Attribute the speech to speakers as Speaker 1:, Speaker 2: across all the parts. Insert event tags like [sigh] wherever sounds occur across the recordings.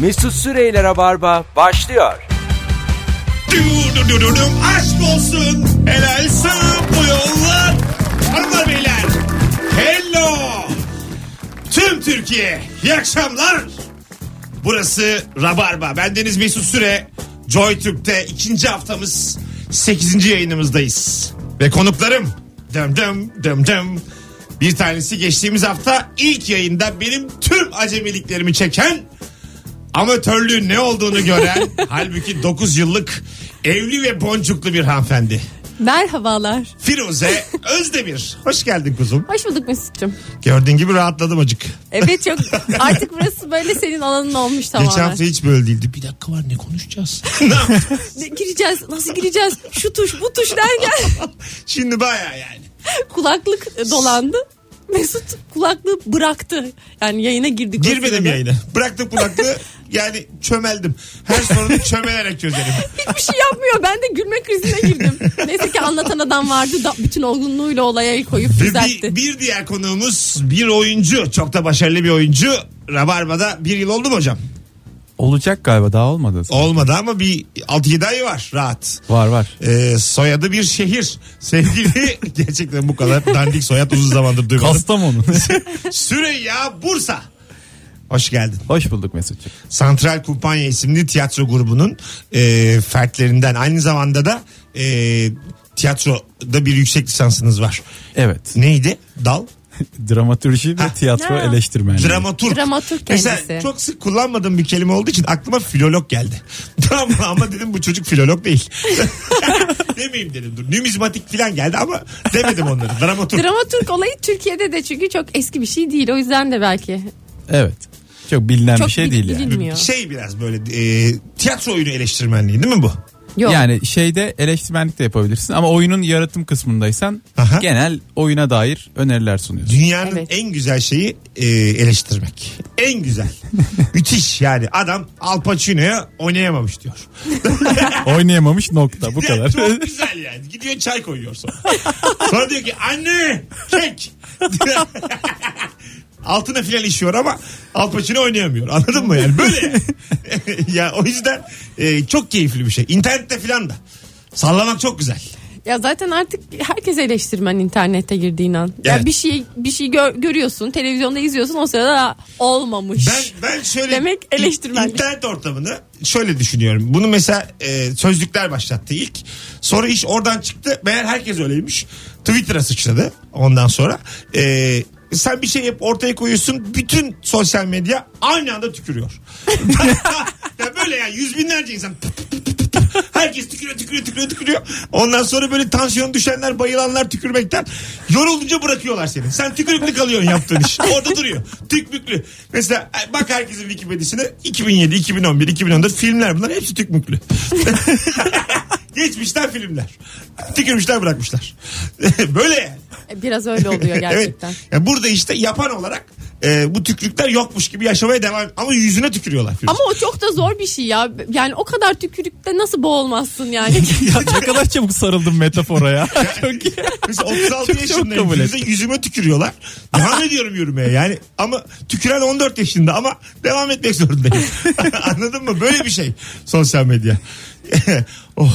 Speaker 1: Mesut Süreyle Rabarba başlıyor.
Speaker 2: Dudududum aşk olsun. Helal sana bu yollar. Hanımlar beyler. Hello. Tüm Türkiye. İyi akşamlar. Burası Rabarba. Bendeniz Mesut Süre. JoyTürk'te ikinci haftamız 8. yayınımızdayız. Ve konuklarım dım dım dım dım. Bir tanesi geçtiğimiz hafta ilk yayında benim tüm acemiliklerimi çeken amatörlüğün ne olduğunu gören [laughs] halbuki 9 yıllık evli ve boncuklu bir hanımefendi.
Speaker 3: Merhabalar.
Speaker 2: Firuze Özdemir. Hoş geldin kuzum.
Speaker 3: Hoş bulduk Mesut'cum.
Speaker 2: Gördüğün gibi rahatladım acık.
Speaker 3: Evet çok [laughs] artık burası böyle senin alanın olmuş tamamen.
Speaker 2: Geçen hafta hiç böyle değildi. Bir dakika var ne konuşacağız? [laughs] ne yapacağız?
Speaker 3: Ne- Gireceğiz nasıl gireceğiz şu tuş bu tuş derken
Speaker 2: Şimdi baya yani.
Speaker 3: kulaklık e, dolandı. Mesut kulaklığı bıraktı. Yani yayına girdik. o
Speaker 2: Girmedim
Speaker 3: sırada.
Speaker 2: yayına. Bıraktım kulaklığı yani çömeldim. Her sorunu çömelerek çözerim.
Speaker 3: Hiçbir şey yapmıyor. Ben de gülme krizine girdim. Neyse ki anlatan adam vardı. Da, bütün olgunluğuyla olaya el koyup
Speaker 2: Ve
Speaker 3: düzeltti.
Speaker 2: bir, bir diğer konuğumuz bir oyuncu. Çok da başarılı bir oyuncu. Rabarba'da bir yıl oldu mu hocam?
Speaker 4: Olacak galiba daha olmadı.
Speaker 2: Olmadı ama bir 6-7 ay var rahat.
Speaker 4: Var var.
Speaker 2: Ee, soyadı bir şehir. Sevgili [laughs] gerçekten bu kadar dandik soyad uzun zamandır duymadım.
Speaker 4: [laughs] Kastamonu.
Speaker 2: Süreyya Bursa. Hoş geldin.
Speaker 4: Hoş bulduk Mesut'cuk.
Speaker 2: Santral Kumpanya isimli tiyatro grubunun e, fertlerinden aynı zamanda da e, tiyatroda bir yüksek lisansınız var.
Speaker 4: Evet.
Speaker 2: Neydi? Dal?
Speaker 4: Dramatürji ve tiyatro
Speaker 3: Ya.
Speaker 4: eleştirmenliği.
Speaker 2: Dramaturg.
Speaker 3: Dramaturg
Speaker 2: Mesela
Speaker 3: kendisi.
Speaker 2: çok sık kullanmadığım bir kelime olduğu için aklıma filolog geldi. [laughs] Tamam mı? ama dedim bu çocuk filolog değil. [laughs] Demeyeyim dedim. Dur. Numizmatik falan geldi ama demedim onları. Dramaturg.
Speaker 3: Dramaturg olayı Türkiye'de de çünkü çok eski bir şey değil. O yüzden de belki
Speaker 4: Evet. Çok bilinen
Speaker 3: çok
Speaker 4: bir şey
Speaker 3: bil-
Speaker 4: değil yani.
Speaker 3: bilinmiyor.
Speaker 2: şey biraz böyle e, tiyatro oyunu eleştirmenliği değil mi bu?
Speaker 3: Yok.
Speaker 4: Yani şeyde eleştirmenlik de yapabilirsin ama oyunun yaratım kısmındaysan
Speaker 2: Aha.
Speaker 4: genel oyuna dair öneriler sunuyorsun.
Speaker 2: Dünyanın
Speaker 3: Evet.
Speaker 2: en güzel şeyi e, eleştirmek. En
Speaker 4: [laughs]
Speaker 2: güzel. Müthiş yani. Adam Al Pacino'ya oynayamamış diyor.
Speaker 4: Oynayamamış nokta [laughs]
Speaker 2: [laughs]
Speaker 4: bu
Speaker 2: Ya
Speaker 4: kadar.
Speaker 2: Çok güzel yani. Gidiyor çay koyuyor sonra. sonra diyor ki anne kek. [laughs] Altına filan işiyor ama Al Pacino oynayamıyor. Anladın mı yani? Böyle
Speaker 4: [laughs]
Speaker 2: yani. [laughs] ya o yüzden e, çok keyifli bir şey. İnternette filan da. Sallamak çok güzel.
Speaker 3: Ya zaten artık herkes eleştirmen internette girdiğin an.
Speaker 2: Evet.
Speaker 3: Ya bir şey bir şey gör- görüyorsun, televizyonda izliyorsun o sırada "Aa, olmamış.
Speaker 2: Ben ben şöyle
Speaker 3: Demek eleştirmenlik.
Speaker 2: internet ortamını şöyle düşünüyorum. Bunu mesela e, sözlükler başlattı ilk. Sonra iş oradan çıktı. Meğer herkes öyleymiş. Twitter'a sıçradı ondan sonra. E, sen bir şey yap ortaya koyuyorsun. Bütün sosyal medya aynı anda tükürüyor. [laughs] ya böyle ya yüz binlerce insan Herkes tükürüyor tükürüyor tükürüyor tükürüyor. Ondan sonra böyle tansiyon düşenler bayılanlar tükürmekten yorulunca bırakıyorlar seni. Sen tükürüklü kalıyorsun yaptığın iş. Orada duruyor. Tükmüklü. Mesela e, bak herkesin Wikipedia'sına 2007, 2011, 2014 filmler bunlar hepsi tükmüklü. [laughs] Geçmişler filmler. Tükürmüşler bırakmışlar. [laughs] Böyle yani.
Speaker 3: E, Biraz
Speaker 2: [laughs]
Speaker 3: öyle oluyor gerçekten.
Speaker 2: Evet. Yani burada işte yapan olarak e, bu tükürükler yokmuş gibi yaşamaya devam ama yüzüne tükürüyorlar.
Speaker 3: Ama o çok da zor bir şey ya. Yani o kadar tükürükte nasıl boğulmazsın yani?
Speaker 4: [laughs]
Speaker 2: [laughs]
Speaker 4: Ya ne kadar çabuk sarıldım metafora ya. Çok iyi. [laughs]
Speaker 2: Mesela 36
Speaker 4: Çok- çok
Speaker 2: yaşındayım.
Speaker 4: kabul
Speaker 2: Bize yüzüme tükürüyorlar.
Speaker 4: [laughs]
Speaker 2: Devam ediyorum yürümeye yani. Ama tüküren 14 yaşında ama devam etmek zorundayım. [laughs] Anladın mı? Böyle bir şey sosyal medya. [laughs] oh.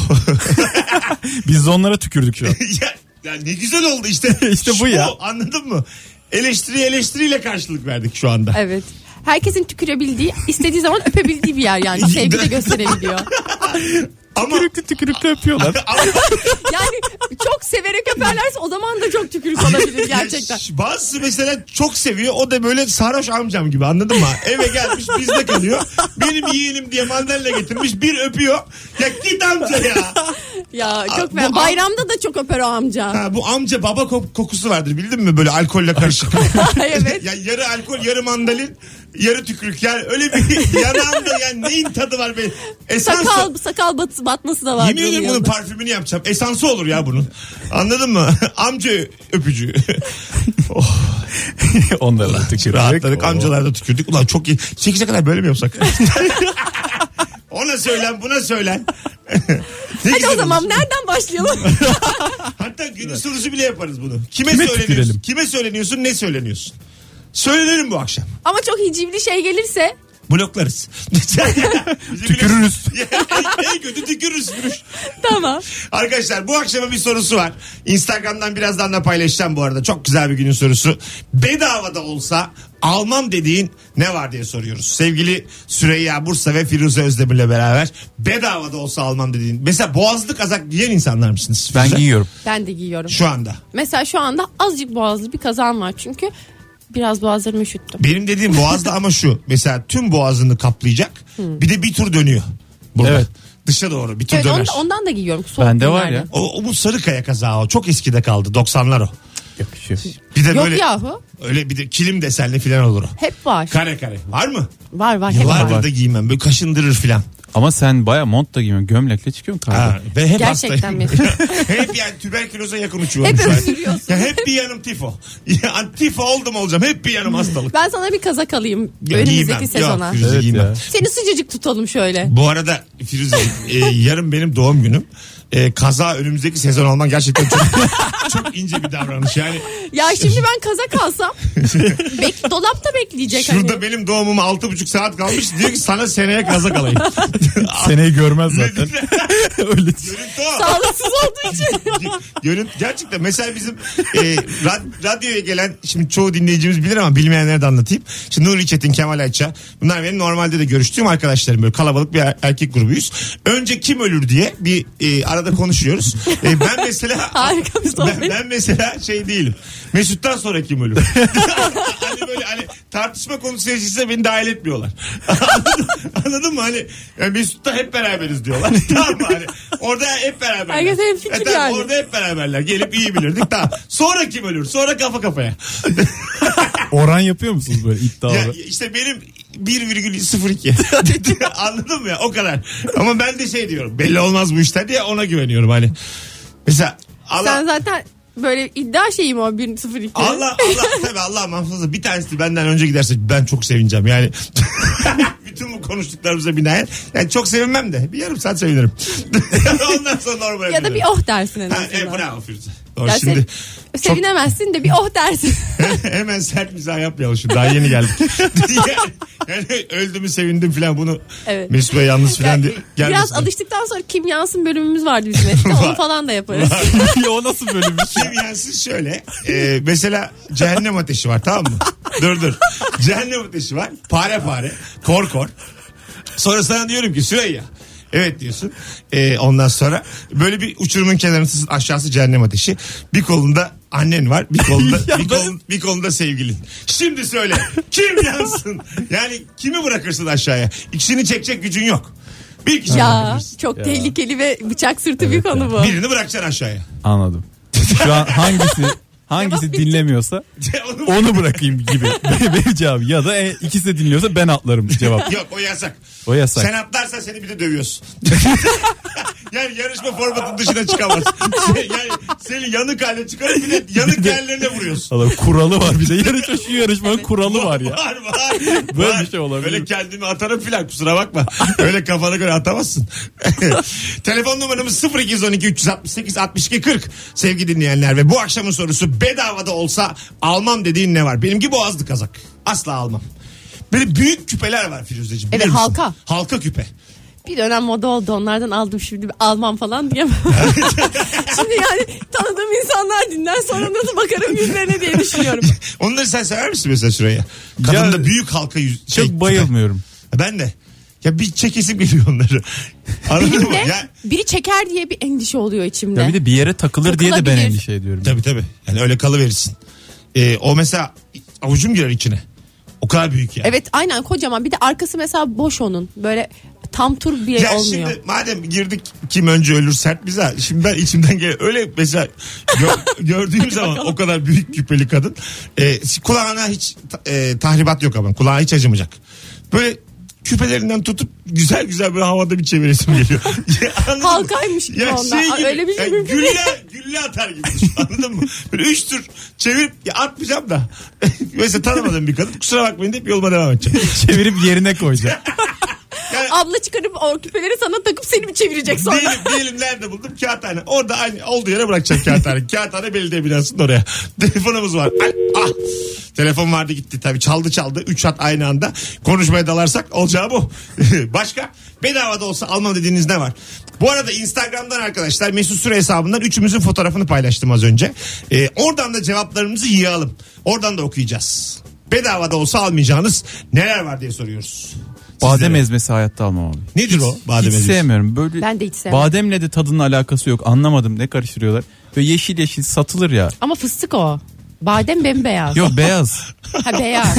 Speaker 2: [laughs]
Speaker 4: Biz de onlara tükürdük şu an.
Speaker 2: ya, ya ne güzel oldu işte.
Speaker 4: [laughs] İşte bu
Speaker 2: Şu,
Speaker 4: ya.
Speaker 2: Anladın mı? Eleştiri eleştiriyle karşılık verdik şu anda.
Speaker 3: evet. Herkesin tükürebildiği, istediği zaman öpebildiği bir yer
Speaker 2: [laughs]
Speaker 3: yani. Sevgi de gösterebiliyor.
Speaker 2: Ama,
Speaker 4: Tükürüklü tükürüklü öpüyorlar.
Speaker 2: ama
Speaker 3: Yani çok severek öperlerse o zaman da çok tükürük olabilir gerçekten.
Speaker 2: Ya, Bazısı mesela çok seviyor. O da böyle sarhoş amcam gibi anladın mı? Eve gelmiş bizde kalıyor. Benim yeğenim diye mandalina getirmiş. Bir öpüyor. Ya git amca ya.
Speaker 3: Ya çok
Speaker 2: bu-
Speaker 3: ben bayramda da çok öper o amca.
Speaker 2: Ha, bu amca baba ko- kokusu vardır bildin mi? Böyle alkolle karışık.
Speaker 3: [laughs] evet.
Speaker 2: ya yarı alkol yarı mandalin yarı tükürük. Yani öyle bir [laughs] yanağımda yani neyin tadı var be? Esans
Speaker 3: Sakal sakal bat, batması da var.
Speaker 2: Yemin
Speaker 3: bunun
Speaker 2: ediyorum bunun
Speaker 3: yanında.
Speaker 2: parfümünü yapacağım. Esansı olur ya bunun. Anladın mı? [laughs] Amca öpücüğü. [laughs] oh.
Speaker 4: Onlara da tükürdük.
Speaker 2: Rahatladık.
Speaker 4: Oo.
Speaker 2: Amcalar da tükürdük. Ulan çok iyi. 8'e kadar böyle mi
Speaker 3: [laughs]
Speaker 2: yapsak? Ona söylen buna söylen. [laughs] Ne
Speaker 3: Hadi
Speaker 2: güzel
Speaker 3: o zaman
Speaker 2: olur.
Speaker 3: nereden başlayalım? [laughs]
Speaker 2: Hatta günün sorusu bile yaparız bunu. Kime,
Speaker 4: Kime
Speaker 2: söyleniyorsun?
Speaker 4: tükürelim?
Speaker 2: Kime söyleniyorsun? Ne söyleniyorsun? Söylerim bu akşam.
Speaker 3: Ama çok hicivli şey gelirse
Speaker 2: Bloklarız. [laughs]
Speaker 4: [laughs] Tükürürüz.
Speaker 2: en kötü tükürürüz. Gümüş.
Speaker 3: Tamam.
Speaker 2: Arkadaşlar bu akşamın bir sorusu var. Instagram'dan birazdan da paylaşacağım bu arada. Çok güzel bir günün sorusu. Bedava da olsa almam dediğin ne var diye soruyoruz. Sevgili Süreyya Bursa ve Firuze Özdemir'le beraber bedava da olsa almam dediğin. Mesela boğazlı kazak giyen insanlar mısınız?
Speaker 4: Ben
Speaker 2: Firuze?
Speaker 4: giyiyorum.
Speaker 3: Ben de giyiyorum.
Speaker 2: Şu anda.
Speaker 3: Mesela şu anda azıcık boğazlı bir kazan var çünkü biraz boğazlarımı üşüttüm.
Speaker 2: Benim dediğim boğazda ama şu. Mesela tüm boğazını kaplayacak. Bir de bir tur dönüyor. Burada.
Speaker 4: Evet.
Speaker 2: Dışa doğru bir tur
Speaker 3: Evet,
Speaker 2: döner.
Speaker 3: onda- ondan da giyiyorum. soğuk
Speaker 4: Bende var
Speaker 3: günlerde.
Speaker 4: ya.
Speaker 2: O, o bu Sarıkaya kazağı o. Çok eskide kaldı. 90'lar o.
Speaker 4: Yakışıyor.
Speaker 2: Bir de
Speaker 3: Yok
Speaker 2: böyle
Speaker 3: yahu.
Speaker 2: öyle bir de kilim desenli filan olur o.
Speaker 3: Hep var.
Speaker 2: Kare kare. Var mı?
Speaker 3: var var hep var.
Speaker 2: Yıllardır da giymem. Böyle kaşındırır filan.
Speaker 4: Ama sen baya mont da giymiyorsun. Gömlekle çıkıyorsun
Speaker 2: Ha,
Speaker 4: kardeşim.
Speaker 2: ve hep
Speaker 3: Gerçekten
Speaker 2: hastayım.
Speaker 3: mi?
Speaker 2: [laughs] hep yani tüberküloza yakın uçuyorum.
Speaker 3: Hep
Speaker 2: şu an.
Speaker 3: özürüyorsun.
Speaker 2: Ya hep bir yanım tifo. [laughs] Ya, tifo oldum olacağım. Hep bir yanım hastalık.
Speaker 3: Ben sana bir kazak alayım
Speaker 2: Ya, giymem.
Speaker 3: önümüzdeki
Speaker 2: Yok,
Speaker 3: sezona.
Speaker 2: Firuze
Speaker 4: Evet
Speaker 2: giymem.
Speaker 4: ya.
Speaker 3: Seni sıcacık tutalım şöyle.
Speaker 2: Bu arada Firuze e, yarın benim doğum günüm. E, kaza önümüzdeki sezon alman gerçekten çok, [laughs] çok ince bir davranış. Yani
Speaker 3: Ya şimdi ben
Speaker 2: [laughs]
Speaker 3: kazak alsam bek, dolapta bekleyecek.
Speaker 2: şurada
Speaker 3: hani.
Speaker 2: benim doğumuma altı buçuk saat kalmış. Diyor ki sana seneye kaza kalayım.
Speaker 4: Seneyi görmez zaten. Öyle.
Speaker 2: Görüntü o.
Speaker 3: Sağlıksız olduğu için.
Speaker 2: [laughs] Görün, gerçekten mesela bizim e, rad- radyoya gelen şimdi çoğu dinleyicimiz bilir ama bilmeyenlere de anlatayım. Şimdi Nuri Çetin, Kemal Ayça bunlar benim normalde de görüştüğüm arkadaşlarım böyle kalabalık bir er- erkek grubuyuz. Önce kim ölür diye bir e, arada konuşuyoruz. E, ben mesela
Speaker 3: Harika bir sohbet.
Speaker 2: ben, ben mesela şey değilim. Mesut'tan sonra kim
Speaker 3: [laughs]
Speaker 2: ölür? hani böyle hani tartışma konusu yaşayacaksa beni dahil etmiyorlar. [laughs] anladın, anladın mı? Hani yani Mesut'ta hep beraberiz
Speaker 3: [laughs]
Speaker 2: diyorlar. tamam mı? Hani orada hep beraber beraberler.
Speaker 3: Herkes hemfikir
Speaker 2: E tamam,
Speaker 3: yani.
Speaker 2: Orada hep beraberler. Gelip iyi bilirdik. Tamam. Sonra kim ölür? Sonra kafa kafaya.
Speaker 4: Oran yapıyor musunuz böyle
Speaker 2: ya,
Speaker 4: iddialı?
Speaker 2: işte benim 1,02. [laughs] Anladın mı ya? O kadar. Ama ben de şey diyorum. Belli olmaz bu işler diye ona güveniyorum hani. Mesela Allah
Speaker 3: Sen zaten böyle iddia şeyim o 1-0-2.
Speaker 2: Allah Allah tabii Allah mahfazı bir tanesi benden önce giderse ben çok sevineceğim yani. [laughs] Bütün bu konuştuklarımıza binaen yani çok sevinmem de bir yarım saat sevinirim. [laughs] Ondan sonra normal
Speaker 3: Ya da bir
Speaker 2: dönerim.
Speaker 3: oh dersin en
Speaker 2: Ha, [laughs]
Speaker 3: azından.
Speaker 2: e, bravo Firuze. Doğru,
Speaker 3: Ya
Speaker 2: şimdi [laughs]
Speaker 3: se- Sevinemezsin de bir oh dersin.
Speaker 2: Hemen sert mizah yapmayalım şimdi. Daha yeni
Speaker 3: [laughs]
Speaker 2: geldik. yani, yani öldü mü sevindim falan bunu.
Speaker 3: Evet.
Speaker 2: Mesut Bey yalnız falan
Speaker 3: [laughs]
Speaker 2: diye.
Speaker 3: Biraz
Speaker 2: gelmesin.
Speaker 3: alıştıktan sonra kim yansın bölümümüz vardı
Speaker 2: [laughs]
Speaker 3: bizim eskiden. Onu falan da yaparız.
Speaker 4: ya o nasıl böyle bir şey?
Speaker 2: Kim yansın şöyle. e, mesela cehennem ateşi var tamam mı? dur dur. Cehennem ateşi var. Pare pare. Kor kor. Sonra sana diyorum ki Süreyya. Evet diyorsun. E, ondan sonra böyle bir uçurumun kenarındasın aşağısı cehennem ateşi. Bir kolunda annen var. Bir kolunda bir, kolun, bir kolunda sevgilin. Şimdi söyle. Kim yansın? Yani kimi bırakırsın aşağıya? İkisini çekecek gücün yok. Bir kişi
Speaker 3: ya
Speaker 2: bırakırsın.
Speaker 3: çok tehlikeli ve bıçak sırtı bir konu bu.
Speaker 2: Birini bırakacaksın aşağıya. [laughs]
Speaker 4: Anladım. Şu an hangisi hangisi dinlemiyorsa
Speaker 2: Onu
Speaker 4: onu bırakayım gibi. Benim cevabım. Ya da e, ikisi de dinliyorsa ben atlarım
Speaker 2: [laughs]
Speaker 4: cevap.
Speaker 2: Yok o yasak.
Speaker 4: O yasak.
Speaker 2: Sen atlarsan seni bir de dövüyorsun. [laughs] yani yarışma formatının dışına
Speaker 4: [laughs]
Speaker 2: çıkamaz. Şey, yani seni yanık hale çıkarıp bir de yanık yerlerine vuruyorsun.
Speaker 4: Allah, kuralı var bir de. Yarışma şu yarışmanın kuralı [laughs] var ya.
Speaker 2: [laughs] Var var.
Speaker 4: Böyle
Speaker 2: var.
Speaker 4: bir şey olabilir.
Speaker 2: Öyle kendimi atarım filan kusura bakma. Öyle kafana göre atamazsın. [laughs] Telefon numaramız 0212 368 62 40. Sevgili dinleyenler ve bu akşamın sorusu bedavada olsa almam dediğin ne var? Benimki boğazlı kazak. Asla almam. Böyle büyük küpeler var Firuzeciğim. bilir
Speaker 3: Evet,
Speaker 2: misin?
Speaker 3: halka.
Speaker 2: Halka küpe.
Speaker 3: Bir dönem moda oldu onlardan aldım şimdi bir almam falan diyemem. [laughs] şimdi yani tanıdığım insanlar dinler sonra nasıl bakarım yüzlerine
Speaker 2: [laughs]
Speaker 3: diye düşünüyorum.
Speaker 2: Onları sen sever misin mesela şuraya? Kadında
Speaker 4: Ya-
Speaker 2: büyük halka yüz, şey,
Speaker 4: Çok bayılmıyorum.
Speaker 2: Ben de. Ya bir çekesim geliyor onları. Anladın
Speaker 3: Bir
Speaker 2: mı?
Speaker 3: de
Speaker 2: Ya,
Speaker 3: biri çeker diye bir endişe oluyor içimde.
Speaker 4: Ya bir de bir yere takılır diye de ben
Speaker 3: Takılabilir.
Speaker 4: endişe ediyorum.
Speaker 2: tabii tabii. Yani öyle kalıverirsin. Ee, o mesela avucum girer içine. O kadar büyük yani.
Speaker 3: Evet aynen kocaman bir de arkası mesela boş onun böyle tam tur bile
Speaker 2: Ya
Speaker 3: olmuyor.
Speaker 2: şimdi madem girdik kim önce ölür sert bize. Şimdi ben içimden gel öyle mesela
Speaker 3: [laughs]
Speaker 2: gö- gördüğüm zaman o kadar büyük küpeli kadın. E, kulağına hiç ta- e, tahribat yok ama kulağa hiç acımayacak. Böyle küpelerinden tutup güzel güzel böyle havada bir çeviresim
Speaker 3: [laughs]
Speaker 2: geliyor. [laughs] Ya anladın mı?
Speaker 3: Halkaymış gibi onlar. Aa, öyle bir şey mümkün
Speaker 2: gülle,
Speaker 3: değil.
Speaker 2: [laughs] gülle atar gibi. düşün, Anladın mı? Böyle üç tur çevirip ya atmayacağım da. [laughs]
Speaker 3: [laughs]
Speaker 2: mesela tanımadığım bir kadın kusura bakmayın deyip yoluma devam edeceğim.
Speaker 4: Çevirip yerine koyacak.
Speaker 2: Yani
Speaker 3: abla çıkarıp o küpeleri sana takıp seni mi çevirecek sonra?
Speaker 2: Diyelim, diyelim nerede buldum? Kağıthane. Orada aynı olduğu yere bırakacağım kağıthane. kağıthane belediye binasının oraya. Telefonumuz var. Ay, ah. Telefon vardı gitti tabii. Çaldı çaldı. Üç hat aynı anda. Konuşmaya dalarsak olacağı bu. [laughs] Başka? Bedava da olsa almam dediğiniz ne var? Bu arada Instagram'dan arkadaşlar Mesut Süre hesabından üçümüzün fotoğrafını paylaştım az önce. Ee, oradan da cevaplarımızı yığalım. Oradan da okuyacağız. Bedava da olsa almayacağınız neler var diye soruyoruz.
Speaker 4: Badem
Speaker 2: Sizlere.
Speaker 4: ezmesi hayatta almam abi.
Speaker 2: Nedir o badem
Speaker 4: hiç
Speaker 2: ezmesi?
Speaker 4: sevmiyorum. Böyle
Speaker 3: Ben de hiç sevmem.
Speaker 4: Bademle de tadının alakası yok. Anlamadım ne karıştırıyorlar. Böyle yeşil yeşil satılır ya.
Speaker 3: Ama fıstık o. Badem bembeyaz.
Speaker 4: Yok beyaz.
Speaker 3: Ha beyaz.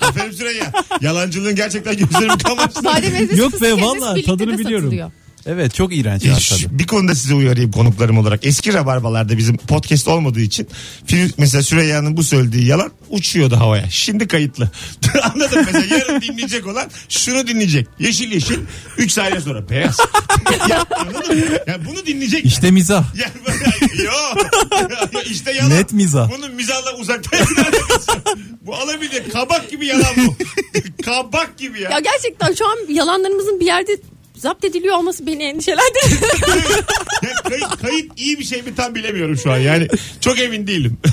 Speaker 2: Aferin Süreyya. Yalancılığın gerçekten gözlerimi kamaştı.
Speaker 3: Badem ezmesi
Speaker 4: Yok be,
Speaker 3: fıstık ezmesi
Speaker 4: vallahi
Speaker 3: birlikte
Speaker 4: tadını
Speaker 3: de
Speaker 4: biliyorum.
Speaker 3: satılıyor.
Speaker 4: Evet çok iğrenç ya
Speaker 2: Ya
Speaker 4: tadı.
Speaker 2: şu- bir konuda size uyarayım konuklarım olarak. Eski rabarbalarda bizim podcast olmadığı için Firuz- mesela Süreyya'nın bu söylediği yalan uçuyordu havaya. Şimdi kayıtlı. [laughs] Anladın mı? Mesela yarın dinleyecek olan şunu dinleyecek. Yeşil yeşil 3 saniye sonra beyaz. [laughs] ya, anladın mı? Ya bunu dinleyecek.
Speaker 4: İşte mizah.
Speaker 2: Ya, yok. işte yalan.
Speaker 4: Net mizah.
Speaker 2: Bunun mizahla uzaktan [laughs] bir alakası yok. Bu alabilecek kabak gibi yalan
Speaker 4: [laughs]
Speaker 2: bu. kabak gibi ya.
Speaker 3: Ya gerçekten şu an yalanlarımızın bir yerde zapt ediliyor olması beni endişelendiriyor.
Speaker 2: Ya kayıt, kayıt iyi bir şey mi tam bilemiyorum şu an. Yani çok emin değilim. [laughs]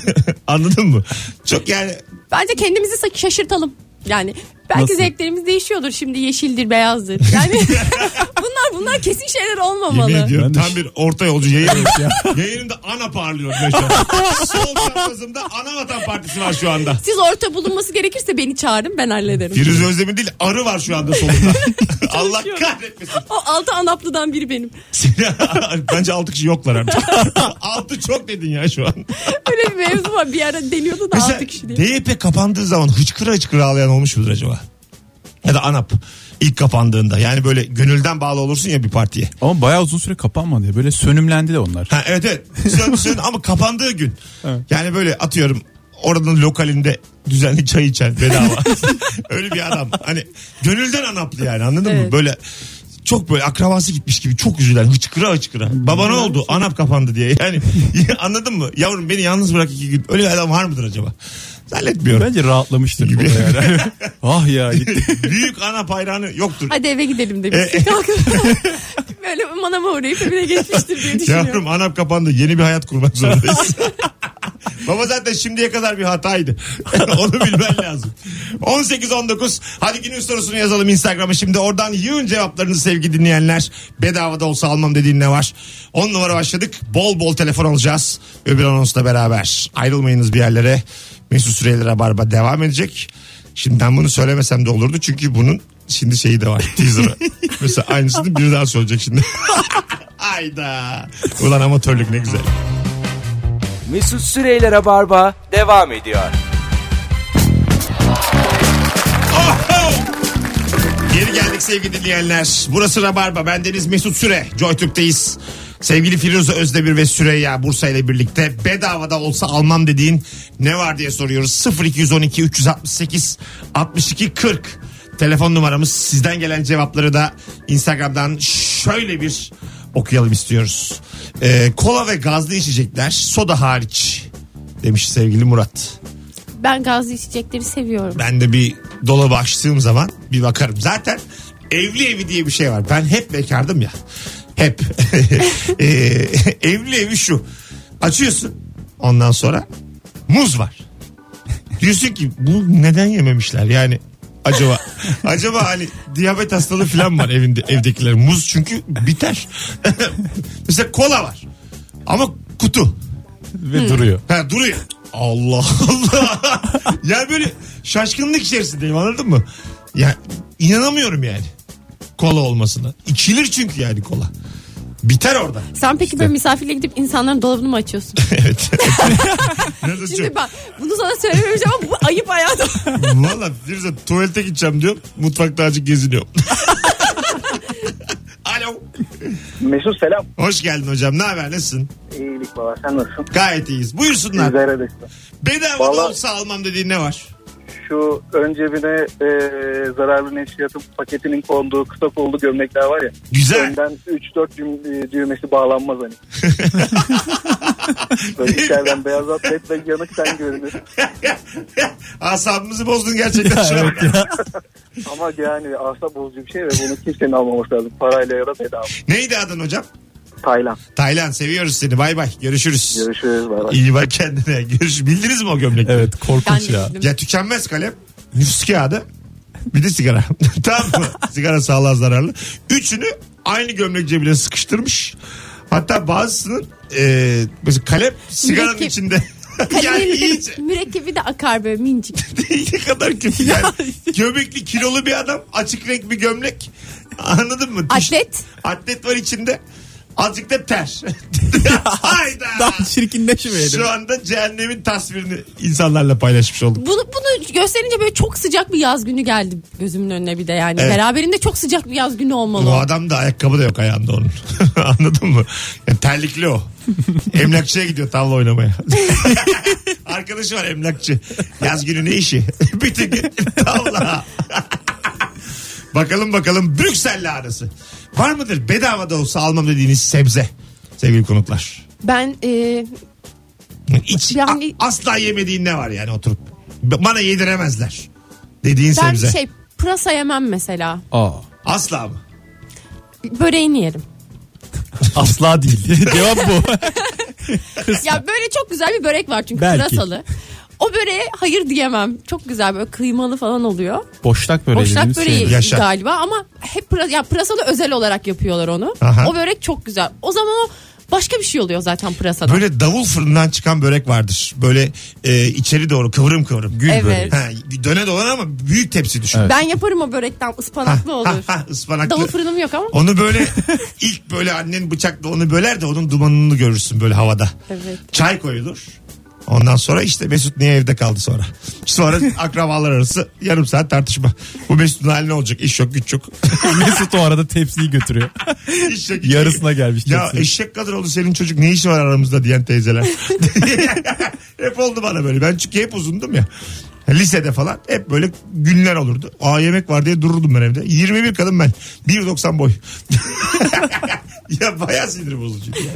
Speaker 2: Anladın mı? Çok yani
Speaker 3: [laughs] Bence kendimizi sa- şaşırtalım. Yani belki
Speaker 4: Nasıl?
Speaker 3: zevklerimiz değişiyordur şimdi yeşildir beyazdır. Yani [laughs] bunlar bunlar kesin şeyler olmamalı.
Speaker 2: yemin ediyorum
Speaker 4: Ben de-
Speaker 2: tam bir orta yolcu yayın Yayınımda ana parlıyor. ben şu an. Sol çaprazımda ana vatan partisi var şu anda.
Speaker 3: Siz orta bulunması gerekirse beni çağırın ben hallederim.
Speaker 2: Firuze Özdemir değil arı var şu anda solunda. Allah kahretmesin.
Speaker 3: O altı anaplıdan biri benim.
Speaker 2: [laughs] Bence altı kişi yoklar artık. altı çok dedin ya şu an.
Speaker 3: Öyle bir mevzu var. Bir ara deniyordu da
Speaker 2: Mesela
Speaker 3: altı kişi diye.
Speaker 2: DYP kapandığı zaman hıçkıra hıçkıra ağlayan olmuş mudur acaba? Ya da ANAP ilk kapandığında. Yani böyle gönülden bağlı olursun ya bir partiye.
Speaker 4: Ama bayağı uzun süre kapanmadı ya. Böyle sönümlendi de onlar.
Speaker 2: Ha, evet evet. Sön, sön ama kapandığı gün.
Speaker 4: Evet.
Speaker 2: Yani böyle atıyorum oranın lokalinde düzenli çay içen bedava. Öyle bir adam. Hani gönülden anaplı yani anladın mı?
Speaker 3: Evet.
Speaker 2: Böyle çok böyle akrabası gitmiş gibi çok üzülen hıçkıra hıçkıra. Baba ne oldu? Anap kapandı diye. Yani [laughs] anladın mı? Yavrum beni yalnız bırak iki gün. Öyle bir adam var mıdır acaba? Zannetmiyorum.
Speaker 4: Bence rahatlamıştır. bu da yani. [laughs] ah ya gitti.
Speaker 2: [laughs] Büyük anap hayranı yoktur.
Speaker 3: Hadi eve gidelim
Speaker 2: E,
Speaker 3: demiştik. [laughs] Böyle manama uğrayıp evine geçmiştir diye düşünüyorum.
Speaker 2: Yavrum anap kapandı. Yeni bir hayat kurmak
Speaker 3: [laughs]
Speaker 2: zorundayız. Baba zaten şimdiye kadar bir hataydı. [laughs] Onu bilmen lazım. 18-19 hadi günün sorusunu yazalım Instagram'a şimdi. Oradan yığın cevaplarınızı sevgili dinleyenler. Bedava da olsa almam dediğin ne var? 10 numara başladık. Bol bol telefon alacağız. Öbür anonsla beraber. Ayrılmayınız bir yerlere. Mesut Süreyli Rabarba devam edecek. Şimdi ben bunu söylemesem de olurdu. Çünkü bunun şimdi şeyi de var.
Speaker 3: [laughs]
Speaker 2: Teaser'ı. Mesela aynısını bir daha söyleyecek şimdi. Ayda. Ulan amatörlük ne güzel.
Speaker 1: Mesut Süreyler'e barba devam ediyor.
Speaker 2: Geri geldik sevgili dinleyenler. Burası Rabarba. Ben Deniz Mesut Süre. JoyTürk'teyiz. Sevgili Firuze Özdemir ve Süreyya Bursa ile birlikte bedavada olsa almam dediğin ne var diye soruyoruz. 0212 368 62 40 telefon numaramız. Sizden gelen cevapları da Instagram'dan şöyle bir okuyalım istiyoruz. Ee, kola ve gazlı içecekler soda hariç demiş sevgili Murat.
Speaker 3: Ben gazlı içecekleri seviyorum.
Speaker 2: Ben de bir dolabı açtığım zaman bir bakarım. Zaten evli evi diye bir şey var. Ben hep bekardım ya. Hep. [laughs] Ee, evli evi şu. Açıyorsun. Ondan sonra muz var. Diyorsun ki bu neden yememişler yani acaba [laughs] acaba hani diyabet hastalığı falan var evinde evdekiler muz çünkü biter. [laughs] Mesela kola var ama kutu.
Speaker 4: Ve duruyor.
Speaker 2: Ha duruyor. Allah Allah. [laughs] ya böyle şaşkınlık içerisindeyim anladın mı? Ya inanamıyorum yani kola olmasına. İçilir çünkü yani kola. Biter orada. [laughs]
Speaker 3: Sen peki böyle misafirle gidip insanların dolabını mı açıyorsun?
Speaker 2: evet. Biraz da çok.
Speaker 3: Şimdi bak bunu sana söylememişim ama bu ayıp hayatım.
Speaker 2: Valla Firuze tuvalete gideceğim diyorum. Mutfakta azıcık
Speaker 3: [laughs]
Speaker 2: geziniyorum. Alo.
Speaker 5: Mesut selam.
Speaker 2: Hoş geldin hocam. Ne haber? Nasılsın?
Speaker 5: İyilik baba sen nasılın?
Speaker 2: Gayet iyiyiz. Buyursunlar.
Speaker 5: Sizlere de.
Speaker 2: Bedava da
Speaker 5: Vallahi-
Speaker 2: olsa almam dediğin ne var? [laughs]
Speaker 5: Şu şu ön cebine e, zararlı neşriyatın paketinin konduğu kısa kollu gömlekler var ya.
Speaker 2: Güzel.
Speaker 5: Önden 3-4 düğüm- e, düğmesi bağlanmaz hani. Böyle içeriden beyaz atlet ve yanık sen görünür. Asabımızı
Speaker 2: bozdun [laughs] gerçekten şu an.
Speaker 5: Ama yani asla bozucu bir şey ve bunu kimsenin almaması lazım. Parayla ya da bedava.
Speaker 2: Neydi adın hocam?
Speaker 5: Taylan.
Speaker 2: Taylan seviyoruz seni. Bay bay. Görüşürüz.
Speaker 5: Görüşürüz. Bay bay.
Speaker 2: İyi bak kendine. [laughs] Görüş. Bildiniz mi o gömlekleri?
Speaker 4: Evet korkunç
Speaker 3: Ben
Speaker 4: ya.
Speaker 3: düşündüm.
Speaker 2: Ya tükenmez kalem, nüfus kağıdı, bir de sigara. [laughs] tamam mı? sigara sağlığa zararlı. Üçünü aynı gömlek cebine sıkıştırmış. Hatta bazısının e, mesela kalem sigaranın
Speaker 3: Mürekkep.
Speaker 2: içinde. [laughs] [laughs] yani
Speaker 3: Kalemin
Speaker 2: iyice,
Speaker 3: Hani mürekkebi de akar böyle mincik.
Speaker 2: ne kadar kötü yani. Göbekli kilolu bir adam açık renk bir gömlek. Anladın mı? Düş-
Speaker 3: Atlet.
Speaker 2: Atlet var içinde. Azıcık da ter. Hayda.
Speaker 4: Daha şey çirkinleşmeyelim.
Speaker 2: Şu anda cehennemin tasvirini insanlarla paylaşmış olduk.
Speaker 3: Bunu, bunu gösterince böyle çok sıcak bir yaz günü geldi gözümün önüne bir de yani.
Speaker 2: Evet.
Speaker 3: Beraberinde çok sıcak bir yaz günü olmalı.
Speaker 2: Bu adam da ayakkabı da yok ayağında onun. [laughs] Anladın mı? Ya terlikli
Speaker 3: [laughs]
Speaker 2: o. Emlakçıya gidiyor tavla oynamaya. [laughs] Arkadaşı var emlakçı. Yaz günü ne işi? [laughs] Bütün gün tavla. [laughs] bakalım bakalım Brüksel lahanası. Var mıdır bedava da olsa almam dediğiniz sebze? Sevgili konuklar.
Speaker 3: Ben e,
Speaker 2: Hiç
Speaker 3: Yani-
Speaker 2: a- asla yemediğin ne var yani oturup? Bana yediremezler. Dediğin
Speaker 3: ben
Speaker 2: sebze.
Speaker 3: şey pırasa yemem mesela.
Speaker 4: Aa,
Speaker 2: Asla mı?
Speaker 3: Böreğini yerim.
Speaker 4: asla [laughs] değil. Cevap bu.
Speaker 3: ya böyle çok güzel bir börek var çünkü
Speaker 4: Belki.
Speaker 3: pırasalı. O böreğe hayır diyemem. Çok güzel böyle kıymalı falan oluyor.
Speaker 4: Boşlak böreği.
Speaker 3: Boşnak
Speaker 4: dediğimiz
Speaker 3: böreği
Speaker 4: şey.
Speaker 2: Yaşa.
Speaker 3: galiba ama hep pıra, ya pırasalı özel olarak yapıyorlar onu.
Speaker 2: Aha.
Speaker 3: O börek çok güzel. O zaman o başka bir şey oluyor zaten pırasada.
Speaker 2: Böyle davul fırından çıkan börek vardır. Böyle e, içeri doğru kıvrım kıvrım. Gül
Speaker 3: Evet.
Speaker 2: böreği. Ha, döne dolan ama büyük tepsi düşün.
Speaker 4: Evet.
Speaker 3: Ben yaparım o börekten ıspanaklı
Speaker 2: Ha,
Speaker 3: olur.
Speaker 2: ha, ıspanaklı.
Speaker 3: Davul fırınım yok ama.
Speaker 2: Onu böyle ilk böyle annen bıçakla onu böler de onun dumanını görürsün böyle havada.
Speaker 3: Evet.
Speaker 2: Çay koyulur. Ondan sonra işte Mesut niye evde kaldı sonra. Sonra akrabalar arası yarım saat tartışma. Bu Mesut'un hali ne olacak? İş yok güç yok. [laughs]
Speaker 4: Mesut o arada tepsiyi götürüyor.
Speaker 2: İş yok, güç yok.
Speaker 4: Yarısına gelmiş
Speaker 2: Ya
Speaker 4: tepsi.
Speaker 2: eşek kadar oldu senin çocuk ne işi var aramızda diyen
Speaker 4: [laughs]
Speaker 2: teyzeler. hep oldu bana böyle. Ben çünkü hep uzundum ya. Lisede falan hep böyle günler olurdu. Aa yemek var diye dururdum ben evde. 21 kadın ben. 1.90 boy. [laughs] ya bayağı sinir bozucu. Yani.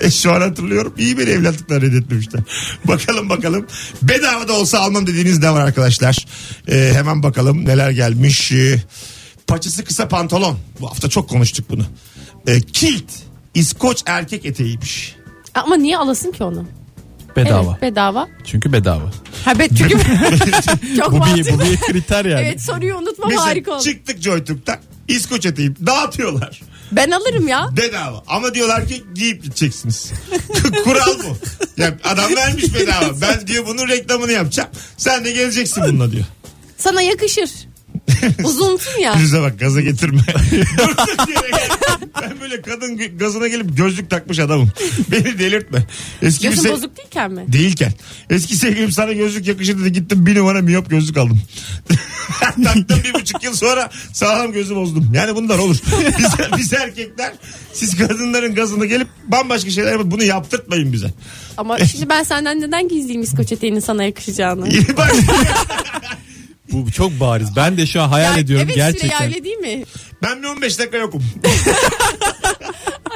Speaker 2: E, şu an hatırlıyorum. İyi bir evlatlıklar reddetmemişler. [laughs] Bakalım bakalım. Bedava da olsa almam dediğiniz ne var arkadaşlar? E, hemen bakalım neler gelmiş. E, paçası kısa pantolon. Bu hafta çok konuştuk bunu. E, kilt. İskoç erkek
Speaker 3: [laughs]
Speaker 2: eteğiymiş.
Speaker 3: Ama niye alasın ki onu?
Speaker 4: bedava.
Speaker 3: Evet bedava.
Speaker 4: Çünkü bedava.
Speaker 3: Ha be çünkü [laughs] çok
Speaker 4: Bu bir,
Speaker 3: mantıklı.
Speaker 4: bu bir kriter yani.
Speaker 3: Evet soruyu unutma
Speaker 2: Mesela
Speaker 3: harika oldu.
Speaker 2: çıktık Joytürk'ten. İskoç eteği dağıtıyorlar.
Speaker 3: Ben alırım ya.
Speaker 2: Bedava. Ama diyorlar ki giyip gideceksiniz. [laughs] Kural bu. Ya adam vermiş bedava. Ben diyor bunun reklamını yapacağım. Sen de geleceksin bununla diyor.
Speaker 3: Sana yakışır. Uzunsun ya.
Speaker 2: Firuze bak gaza getirme. [laughs] Durduk yere gel. ben böyle kadın gö- gazına gelip gözlük takmış adamım. Beni delirtme. Eski bir
Speaker 3: Gözün
Speaker 2: se-
Speaker 3: bozuk değilken mi?
Speaker 2: Değilken. Eski sevgilim sana gözlük yakışır dedi gittim bir numara miyop gözlük aldım. [laughs] Taktım bir buçuk yıl sonra sağlam gözü bozdum. Yani bunlar olur. biz, biz erkekler siz kadınların gazına gelip bambaşka şeyler yapın. Bunu yaptırtmayın bize.
Speaker 4: [laughs]
Speaker 3: Ama şimdi ben senden neden gizleyeyim İskoç eteğinin sana yakışacağını?
Speaker 2: İyi bak.
Speaker 4: Bu çok bariz. Ben de şu an hayal
Speaker 3: Ya,
Speaker 4: ediyorum
Speaker 3: evet,
Speaker 4: gerçekten.
Speaker 3: Süreyya öyle değil mi?
Speaker 2: ben bir 15 dakika yokum.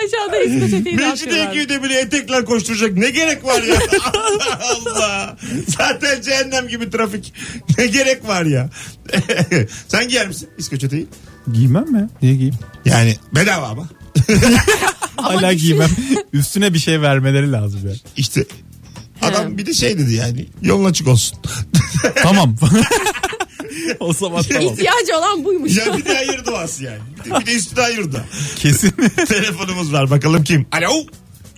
Speaker 3: Aşağıda İskoç eteğini
Speaker 2: Mecide
Speaker 3: atıyorlar.
Speaker 2: iki bile etekler koşturacak. Ne gerek var ya? Allah Allah. Zaten cehennem gibi trafik. Ne gerek var ya? [laughs] Sen giyer misin İskoç eteği?
Speaker 4: Giymem mi? Niye giyeyim?
Speaker 2: Yani bedava ama.
Speaker 4: Hala giymem. [laughs] Üstüne bir şey vermeleri lazım yani.
Speaker 2: İşte adam
Speaker 3: He.
Speaker 2: bir de şey dedi yani yolun açık olsun.
Speaker 4: tamam. [laughs] o zaman tamam.
Speaker 3: İhtiyacı olan buymuş.
Speaker 2: ya bir de hayır duası yani. Bir de, bir de üstüne hayır da.
Speaker 4: Kesin.
Speaker 2: [laughs] Telefonumuz var bakalım kim? Alo.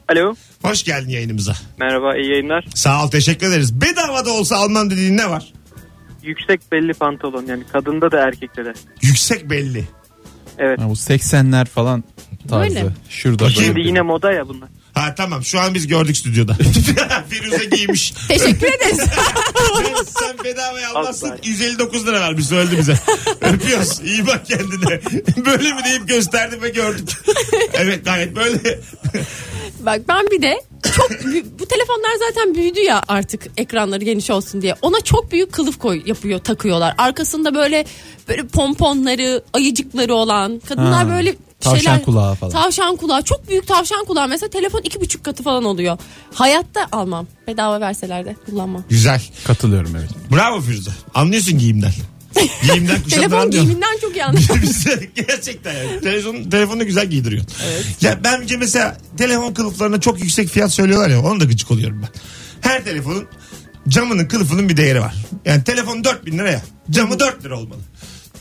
Speaker 5: Alo.
Speaker 2: Hoş geldin yayınımıza.
Speaker 5: Merhaba iyi yayınlar.
Speaker 2: Sağ ol teşekkür ederiz. Bedava da olsa almam dediğin ne var?
Speaker 5: Yüksek belli pantolon yani kadında da erkekte de.
Speaker 2: Yüksek belli.
Speaker 5: Evet.
Speaker 4: Ha, bu 80'ler falan tarzı.
Speaker 3: Böyle.
Speaker 4: Şurada
Speaker 2: Bakayım.
Speaker 4: böyle.
Speaker 5: Şimdi yine moda ya bunlar.
Speaker 2: Ha tamam şu an biz gördük stüdyoda. [laughs] Firuze giymiş.
Speaker 3: Teşekkür ederiz. [laughs]
Speaker 2: Sen- Sen bedavaya almazsın.
Speaker 5: Asla.
Speaker 2: 159 lira vermiş söyledi bize. Öpüyoruz. İyi bak kendine. [laughs] Böyle mi deyip gösterdim ve gördük. Evet gayet böyle.
Speaker 3: Bak ben bir de çok bü- bu telefonlar zaten büyüdü ya artık ekranları geniş olsun diye. Ona çok büyük kılıf koy yapıyor takıyorlar. Arkasında böyle böyle pomponları, ayıcıkları olan kadınlar
Speaker 4: Ha,
Speaker 3: böyle
Speaker 4: tavşan
Speaker 3: şeyler,
Speaker 4: kulağı falan.
Speaker 3: Tavşan kulağı. Çok büyük tavşan kulağı. Mesela telefon iki buçuk katı falan oluyor. Hayatta almam. Bedava verseler de kullanmam.
Speaker 2: Güzel.
Speaker 4: Katılıyorum evet.
Speaker 2: Bravo Firuze. Anlıyorsun
Speaker 3: [laughs]
Speaker 2: giyimden. Giyimden kuşamdan
Speaker 3: Telefon
Speaker 2: anlıyorsun. [laughs]
Speaker 3: giyiminden çok iyi anlarım.
Speaker 2: Bize Gerçekten yani. Telefon, telefonu güzel giydiriyorsun. Ya ben bir mesela telefon kılıflarına çok yüksek fiyat söylüyorlar ya ona da gıcık oluyorum ben. Her telefonun camının kılıfının bir değeri var. Yani telefon 4000 lira ya. Camı 4 lira olmalı.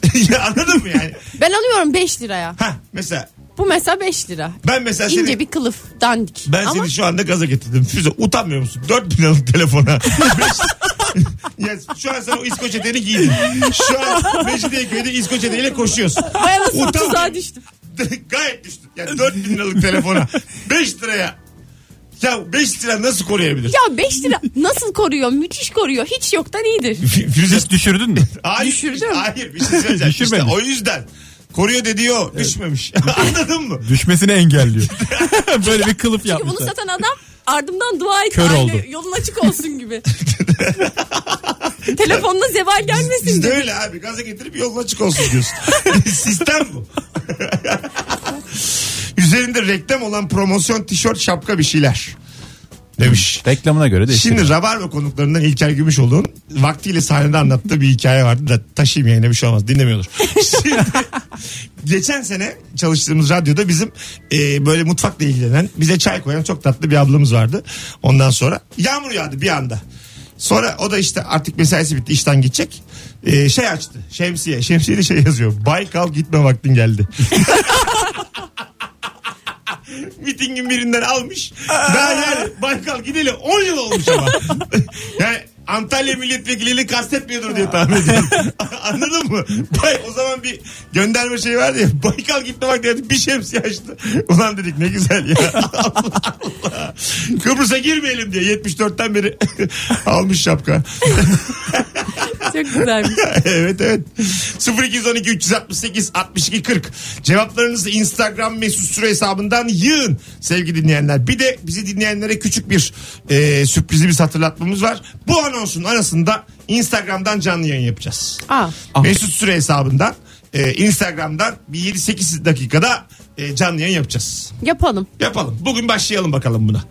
Speaker 2: [laughs] ya anladın mı yani?
Speaker 3: [laughs] Ben alıyorum 5 liraya.
Speaker 2: Ha mesela
Speaker 3: Bu mesela 5 lira.
Speaker 2: ben mesela seni
Speaker 3: İnce bir kılıf dandik.
Speaker 2: ben
Speaker 3: Ama
Speaker 2: seni şu anda gaza getirdim. Füze utanmıyor musun? 4000 liralık telefona. [laughs] ya şu an sen o İskoç eteğini giydin. Şu an Mecidiyeköy'de İskoç eteğiyle koşuyorsun. [laughs]
Speaker 3: bayağı nasıl
Speaker 2: Utanmıyor.
Speaker 3: tuzağa düştüm.
Speaker 2: gayet düştü. Yani 4000 liralık telefona 5 liraya. Ya 5 lira nasıl koruyabilir?
Speaker 3: Ya 5 lira nasıl koruyor? Müthiş koruyor. Hiç yoktan
Speaker 2: [laughs]
Speaker 3: iyidir.
Speaker 2: F- Firuze
Speaker 4: Hiç düşürdün mü?
Speaker 2: hayır,
Speaker 3: düşürdü mü?
Speaker 2: Hayır bir şey söyleyeceğim. İşte
Speaker 4: Düşürmemiş.
Speaker 2: o yüzden koruyor dediği o düşmemiş. [laughs] Anladın mı?
Speaker 4: [laughs] Düşmesini engelliyor. [laughs] Böyle bir kılıf
Speaker 3: Çünkü bunu
Speaker 4: yapmışlar.
Speaker 3: satan adam ardımdan dua et.
Speaker 4: Kör
Speaker 3: aile
Speaker 4: oldu.
Speaker 3: Yolun açık olsun gibi. Telefonuna zeval gelmesin
Speaker 2: Biz de
Speaker 3: diye.
Speaker 2: öyle abi gaza getirip yol açık olsun [laughs] diyorsun. Sistem bu. [laughs] Üzerinde reklam olan promosyon tişört şapka bir şeyler demiş.
Speaker 4: Reklamına göre değişir.
Speaker 2: Şimdi Rabarba konuklarından İlker Gümüşoğlu'nun vaktiyle sahnede anlattığı bir hikaye vardı da taşıyayım yayına bir şey olmaz dinlemiyordur. Şimdi geçen sene çalıştığımız radyoda bizim e, böyle mutfakla ilgilenen bize çay koyan çok tatlı bir ablamız vardı. Ondan sonra yağmur yağdı bir anda. Sonra o da işte artık mesaisi bitti işten gidecek. E, şey açtı şemsiye şemsiye de şey yazıyor Baykal gitme vaktin geldi. mitingin birinden almış. Ben yani Baykal gideli 10 yıl olmuş ama. yani Antalya milletvekilini kastetmiyordur diye tahmin ediyorum. Anladın mı? Bay, o zaman bir gönderme şey vardı ya. Baykal gitti bak dedi bir şemsiye açtı. Ulan dedik ne güzel ya. [laughs] Allah Allah. Kıbrıs'a girmeyelim diye 74'ten beri [laughs] almış şapka.
Speaker 3: Çok güzelmiş.
Speaker 2: [laughs] evet evet. 0212 368 62 40. Cevaplarınızı Instagram mesut süre hesabından yığın sevgili dinleyenler. Bir de bizi dinleyenlere küçük bir e, sürprizimiz hatırlatmamız var. Bu anonsun arasında Instagram'dan canlı yayın yapacağız.
Speaker 3: Aa,
Speaker 2: Mesut Süre hesabından e, Instagram'dan bir 7-8 dakikada e, canlı yayın yapacağız.
Speaker 3: yapalım.
Speaker 2: Yapalım. Bugün başlayalım bakalım buna.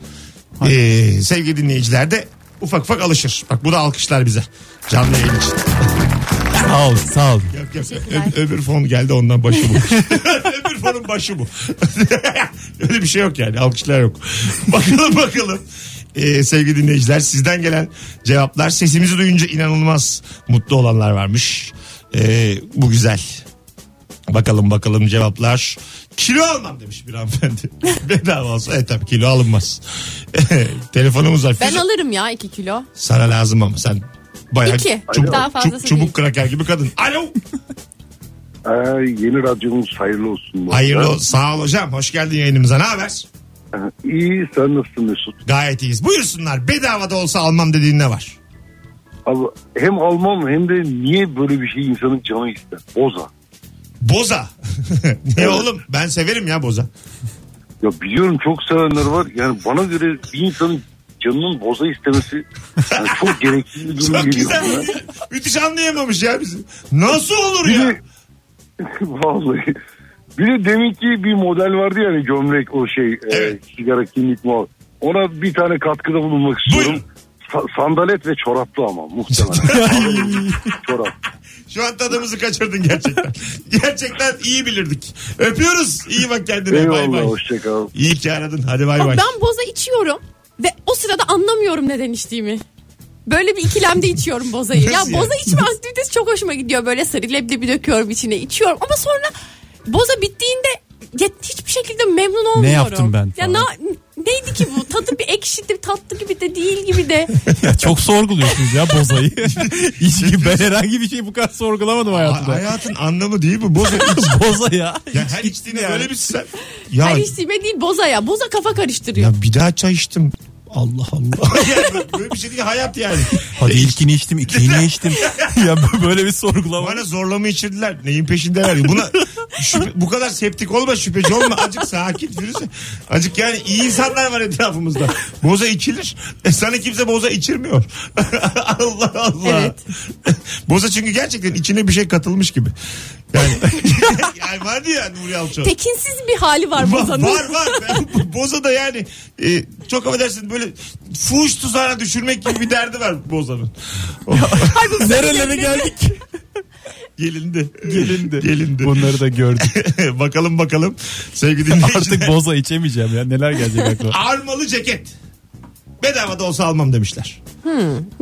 Speaker 2: Ee, sevgili dinleyiciler de ufak ufak alışır. Bak bu da alkışlar bize. Canlı yayın için.
Speaker 4: Sağ ol, sağ ol.
Speaker 2: Yok, yok. Ö- öbür fon geldi ondan başı bu. [laughs] öbür fonun başı bu. [laughs] Öyle bir şey yok yani. Alkışlar yok. [laughs] bakalım bakalım. Ee, sevgili dinleyiciler sizden gelen cevaplar sesimizi duyunca inanılmaz mutlu olanlar varmış. Ee, bu güzel. Bakalım bakalım cevaplar. Kilo almam demiş bir hanımefendi. [laughs] Bedava olsa e tabii kilo alınmaz. [laughs] Telefonumuz var.
Speaker 3: Ben
Speaker 2: Füze-
Speaker 3: alırım ya 2 kilo.
Speaker 2: sana lazım ama sen bayağı
Speaker 3: İki.
Speaker 2: çubuk,
Speaker 3: Daha fazlası
Speaker 2: çu- çubuk
Speaker 3: değil.
Speaker 2: kraker gibi kadın. Alo.
Speaker 6: Ee, yeni radyonuz hayırlı olsun. bu
Speaker 2: Hayırlı
Speaker 6: arada. Ee,
Speaker 2: olsun. Sağ ol hocam. Hoş geldin yayınımıza. Ne haber?
Speaker 6: İyi sen nasılsın Mesut?
Speaker 2: Gayet iyiyiz. Buyursunlar. Bedava da olsa almam dediğin ne var?
Speaker 6: Abi, hem almam hem de niye böyle bir şey insanın canı ister? Boza.
Speaker 2: Boza. [laughs] ne oğlum? Ben severim ya boza.
Speaker 6: Ya biliyorum çok sevenler var. Yani bana göre bir insanın canının boza istemesi yani
Speaker 2: [laughs]
Speaker 6: çok gereksiz bir durum
Speaker 2: Çok
Speaker 6: geliyor.
Speaker 2: güzel.
Speaker 6: bana.
Speaker 2: [laughs] Müthiş anlayamamış ya bizi. Nasıl olur
Speaker 6: Bir
Speaker 2: ya?
Speaker 6: de [laughs] vallahi bir de deminki bir model vardı yani gömlek o şey e,
Speaker 2: Evet.
Speaker 6: sigara kimlik mal. Ona bir tane katkıda bulunmak istiyorum.
Speaker 2: Buyurun.
Speaker 6: Sa- sandalet ve çoraplı ama
Speaker 2: [laughs]
Speaker 6: muhtemelen. Sandalet, çorap.
Speaker 2: Şu an tadımızı kaçırdın
Speaker 6: [laughs]
Speaker 2: gerçekten. gerçekten iyi bilirdik. Öpüyoruz. İyi bak kendine. Bay
Speaker 6: Eyvallah
Speaker 2: bay.
Speaker 6: hoşçakal.
Speaker 2: İyi ki aradın. Hadi bay
Speaker 3: Bak
Speaker 2: bay.
Speaker 3: ben boza içiyorum ve o sırada anlamıyorum neden içtiğimi. Böyle bir ikilemde içiyorum bozayı. ya
Speaker 2: Nasıl yani?
Speaker 3: boza içme aktivitesi çok hoşuma gidiyor. Böyle sarı leblebi döküyorum içine içiyorum. Ama sonra boza bittiğinde ya hiçbir şekilde memnun olmuyorum.
Speaker 4: yaptım ben
Speaker 3: Ya
Speaker 4: falan.
Speaker 3: na- neydi ki bu? Tadı bir ekşidi tatlı gibi de değil gibi de.
Speaker 4: Ya çok sorguluyorsunuz ya [laughs] bozayı. İş gibi [laughs] ben herhangi bir şeyi bu kadar sorgulamadım
Speaker 2: Ha-
Speaker 4: hayatımda.
Speaker 2: Hayatın anlamı değil bu. Boza.
Speaker 4: [laughs] Boza ya.
Speaker 2: ya her içtiğine böyle bir sen. [laughs] Ya,
Speaker 3: Her içtiğime değil boza ya. Boza kafa karıştırıyor.
Speaker 2: ya bir daha çay içtim.
Speaker 4: Allah Allah.
Speaker 2: [laughs] Yani böyle bir şey değil hayat yani.
Speaker 4: Hadi ilkini içtim, [laughs] ikincini içtim. ya böyle bir sorgulama.
Speaker 2: Bana zorlama içirdiler. Neyin peşindeler? Buna şüphe- bu kadar septik olma şüpheci olma. Acık sakin Firuze. Acık yani iyi insanlar var etrafımızda. Boza içilir. E, sana kimse boza içirmiyor. [laughs] Allah Allah.
Speaker 3: Evet.
Speaker 2: boza çünkü gerçekten içine bir şey katılmış gibi. Yani, [laughs] yani vardı ya Nuri Alço.
Speaker 3: Tekinsiz bir hali var
Speaker 2: Va-
Speaker 3: Boza'nın.
Speaker 2: Var var. Ben- Boza da yani e, çok affedersin böyle fuş tuzağına düşürmek gibi bir derdi var Boza'nın. O-
Speaker 4: Nerelere geldik?
Speaker 2: gelindi.
Speaker 4: Gelindi.
Speaker 2: Gelindi.
Speaker 4: Bunları da gördük.
Speaker 2: [laughs] bakalım bakalım sevgili dinleyiciler.
Speaker 4: Artık boza içemeyeceğim ya. Neler gelecek aklıma.
Speaker 2: Armalı ceket. Bedava da olsa almam demişler.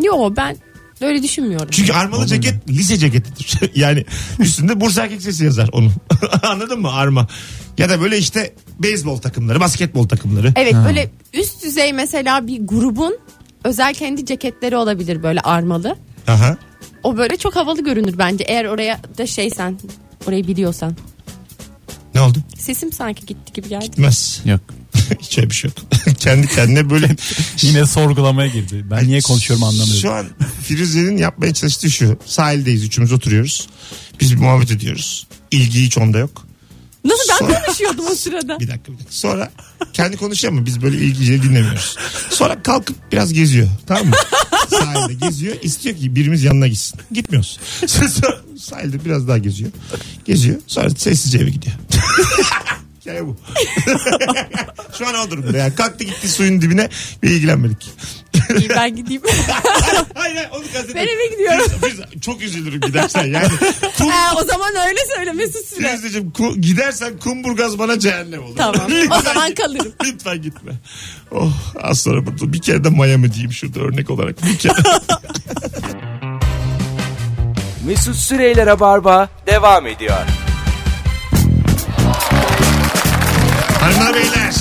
Speaker 3: Yo ben öyle düşünmüyorum.
Speaker 2: Çünkü armalı ceket lise ceketidir. [laughs] yani üstünde Bursa Erkek Sesi yazar onun. [laughs] Anladın mı arma? Ya da böyle işte beyzbol takımları, basketbol takımları.
Speaker 3: Evet böyle üst düzey mesela bir grubun özel kendi ceketleri olabilir böyle armalı.
Speaker 2: Aha.
Speaker 3: O böyle çok havalı görünür bence eğer oraya da şeysen orayı biliyorsan.
Speaker 2: Ne oldu?
Speaker 3: Sesim sanki gitti gibi geldi.
Speaker 2: Gitmez.
Speaker 4: Yok.
Speaker 2: [laughs] Hiç öyle bir şey yok. [laughs] Kendi kendine böyle
Speaker 4: Yine sorgulamaya girdi. Ben niye konuşuyorum anlamıyorum.
Speaker 2: Şu an Firuze'nin yapmaya çalıştığı şu. Sahildeyiz üçümüz oturuyoruz. Biz bir muhabbet ediyoruz. İlgi hiç onda yok.
Speaker 3: Nasıl ben
Speaker 2: Sonra-
Speaker 3: konuşuyordum
Speaker 2: [laughs]
Speaker 3: o sırada.
Speaker 2: Bir dakika bir dakika. Sonra kendi konuşuyor ama biz böyle ilgiyle dinlemiyoruz. Sonra kalkıp biraz geziyor. Tamam mı? Sahilde geziyor. İstiyor ki birimiz yanına gitsin. Gitmiyoruz. Sonra Sahilde biraz daha geziyor. Geziyor. Sonra sessizce eve gidiyor. [laughs] Hikaye bu. Şu an o durumda yani. Kalktı gitti suyun dibine ve ilgilenmedik. [laughs]
Speaker 3: İyi ben gideyim.
Speaker 2: hayır hayır onu kastediyorum.
Speaker 3: Ben eve gidiyorum.
Speaker 2: Biz- biz- çok üzülürüm gidersen yani. Kum,
Speaker 3: Ha, o zaman öyle söyle Mesut Süre.
Speaker 2: Firuzeciğim, ku- gidersen Kumburgaz bana cehennem olur. [laughs]
Speaker 3: Tamam.
Speaker 2: Lütfen
Speaker 3: O zaman
Speaker 2: git-
Speaker 3: kalırım.
Speaker 2: Lütfen gitme. Oh az sonra burada bir kere de Miami diyeyim şurada örnek olarak. Bir
Speaker 3: [laughs]
Speaker 2: kere.
Speaker 1: Mesut Süreyler'e barba devam ediyor.
Speaker 2: Hanımlar beyler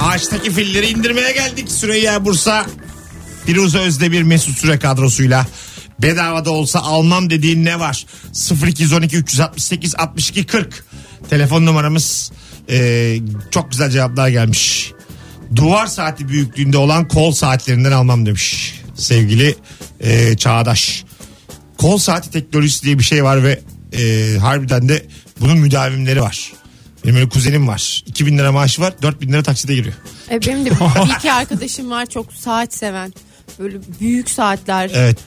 Speaker 2: ağaçtaki filleri indirmeye geldik. Süreyya Bursa, Firuze Özdemir Mesut Süre kadrosuyla. Bedavada olsa almam dediğin ne var? 0212 368 62 40 telefon numaramız. Ee, çok güzel cevaplar gelmiş. Duvar saati büyüklüğünde olan kol saatlerinden almam demiş sevgili ee, Çağdaş. Kol saati teknolojisi diye bir şey var ve ee, harbiden de bunun müdavimleri var. Benim öyle kuzenim var. 2000 lira maaşı var 4000 lira takside giriyor.
Speaker 3: E, benim
Speaker 2: [laughs]
Speaker 3: de bir iki arkadaşım var çok saat seven. Böyle büyük saatler,
Speaker 2: Evet.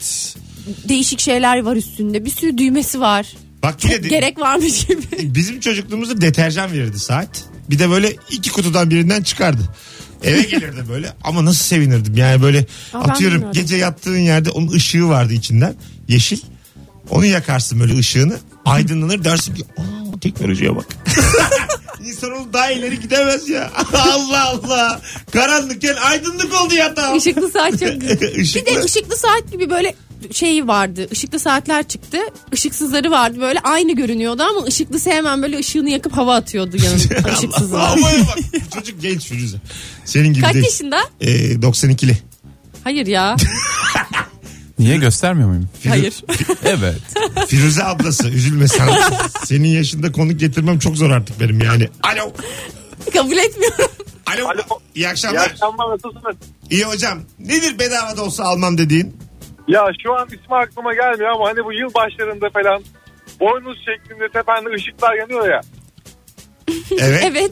Speaker 3: değişik şeyler var üstünde. Bir sürü düğmesi var.
Speaker 2: Bak
Speaker 3: Çok
Speaker 2: yine de-
Speaker 3: gerek varmış
Speaker 2: [laughs]
Speaker 3: gibi.
Speaker 2: bizim çocukluğumuzda deterjan verirdi saat. Bir de böyle iki kutudan birinden çıkardı. Eve gelirdi böyle ama nasıl sevinirdim yani böyle
Speaker 3: Aa, ben
Speaker 2: atıyorum
Speaker 3: bilmiyordum.
Speaker 2: gece yattığın yerde onun ışığı vardı içinden yeşil onu yakarsın böyle ışığını aydınlanır dersin ki "Aa, teknolojiye bak. [laughs] İnsanoğlu daha ileri gidemez ya [laughs] Allah Allah karanlıkken aydınlık oldu yatağım.
Speaker 3: Işıklı saat çok güzel.
Speaker 2: [laughs]
Speaker 3: Bir
Speaker 2: Işıklı.
Speaker 3: de ışıklı saat gibi böyle şey vardı. Işıklı saatler çıktı. Işıksızları vardı. Böyle aynı görünüyordu ama ışıklısı hemen böyle ışığını yakıp
Speaker 2: [laughs]
Speaker 3: hava atıyordu yanında ışıksızı.
Speaker 2: Allah, havaya bak. Bu Çocuk genç Firuze. Senin gibi
Speaker 3: Kaç
Speaker 2: değil.
Speaker 3: yaşında?
Speaker 2: Ee, 92'li. [laughs]
Speaker 3: Hayır ya.
Speaker 4: Niye göstermiyor muyum?
Speaker 3: Hayır. [laughs]
Speaker 4: Evet.
Speaker 2: Firuze ablası üzülme sen. Senin yaşında konuk getirmem çok zor artık benim yani. Alo.
Speaker 3: Kabul etmiyorum.
Speaker 2: Alo.
Speaker 5: Alo.
Speaker 2: İyi akşamlar.
Speaker 5: İyi akşamlar nasılsınız?
Speaker 2: İyi hocam. Nedir bedavada olsa almam dediğin?
Speaker 5: Ya şu an ismi aklıma gelmiyor ama hani bu yıl başlarında falan boynuz şeklinde tepende ışıklar yanıyor ya.
Speaker 2: Evet.
Speaker 3: Evet.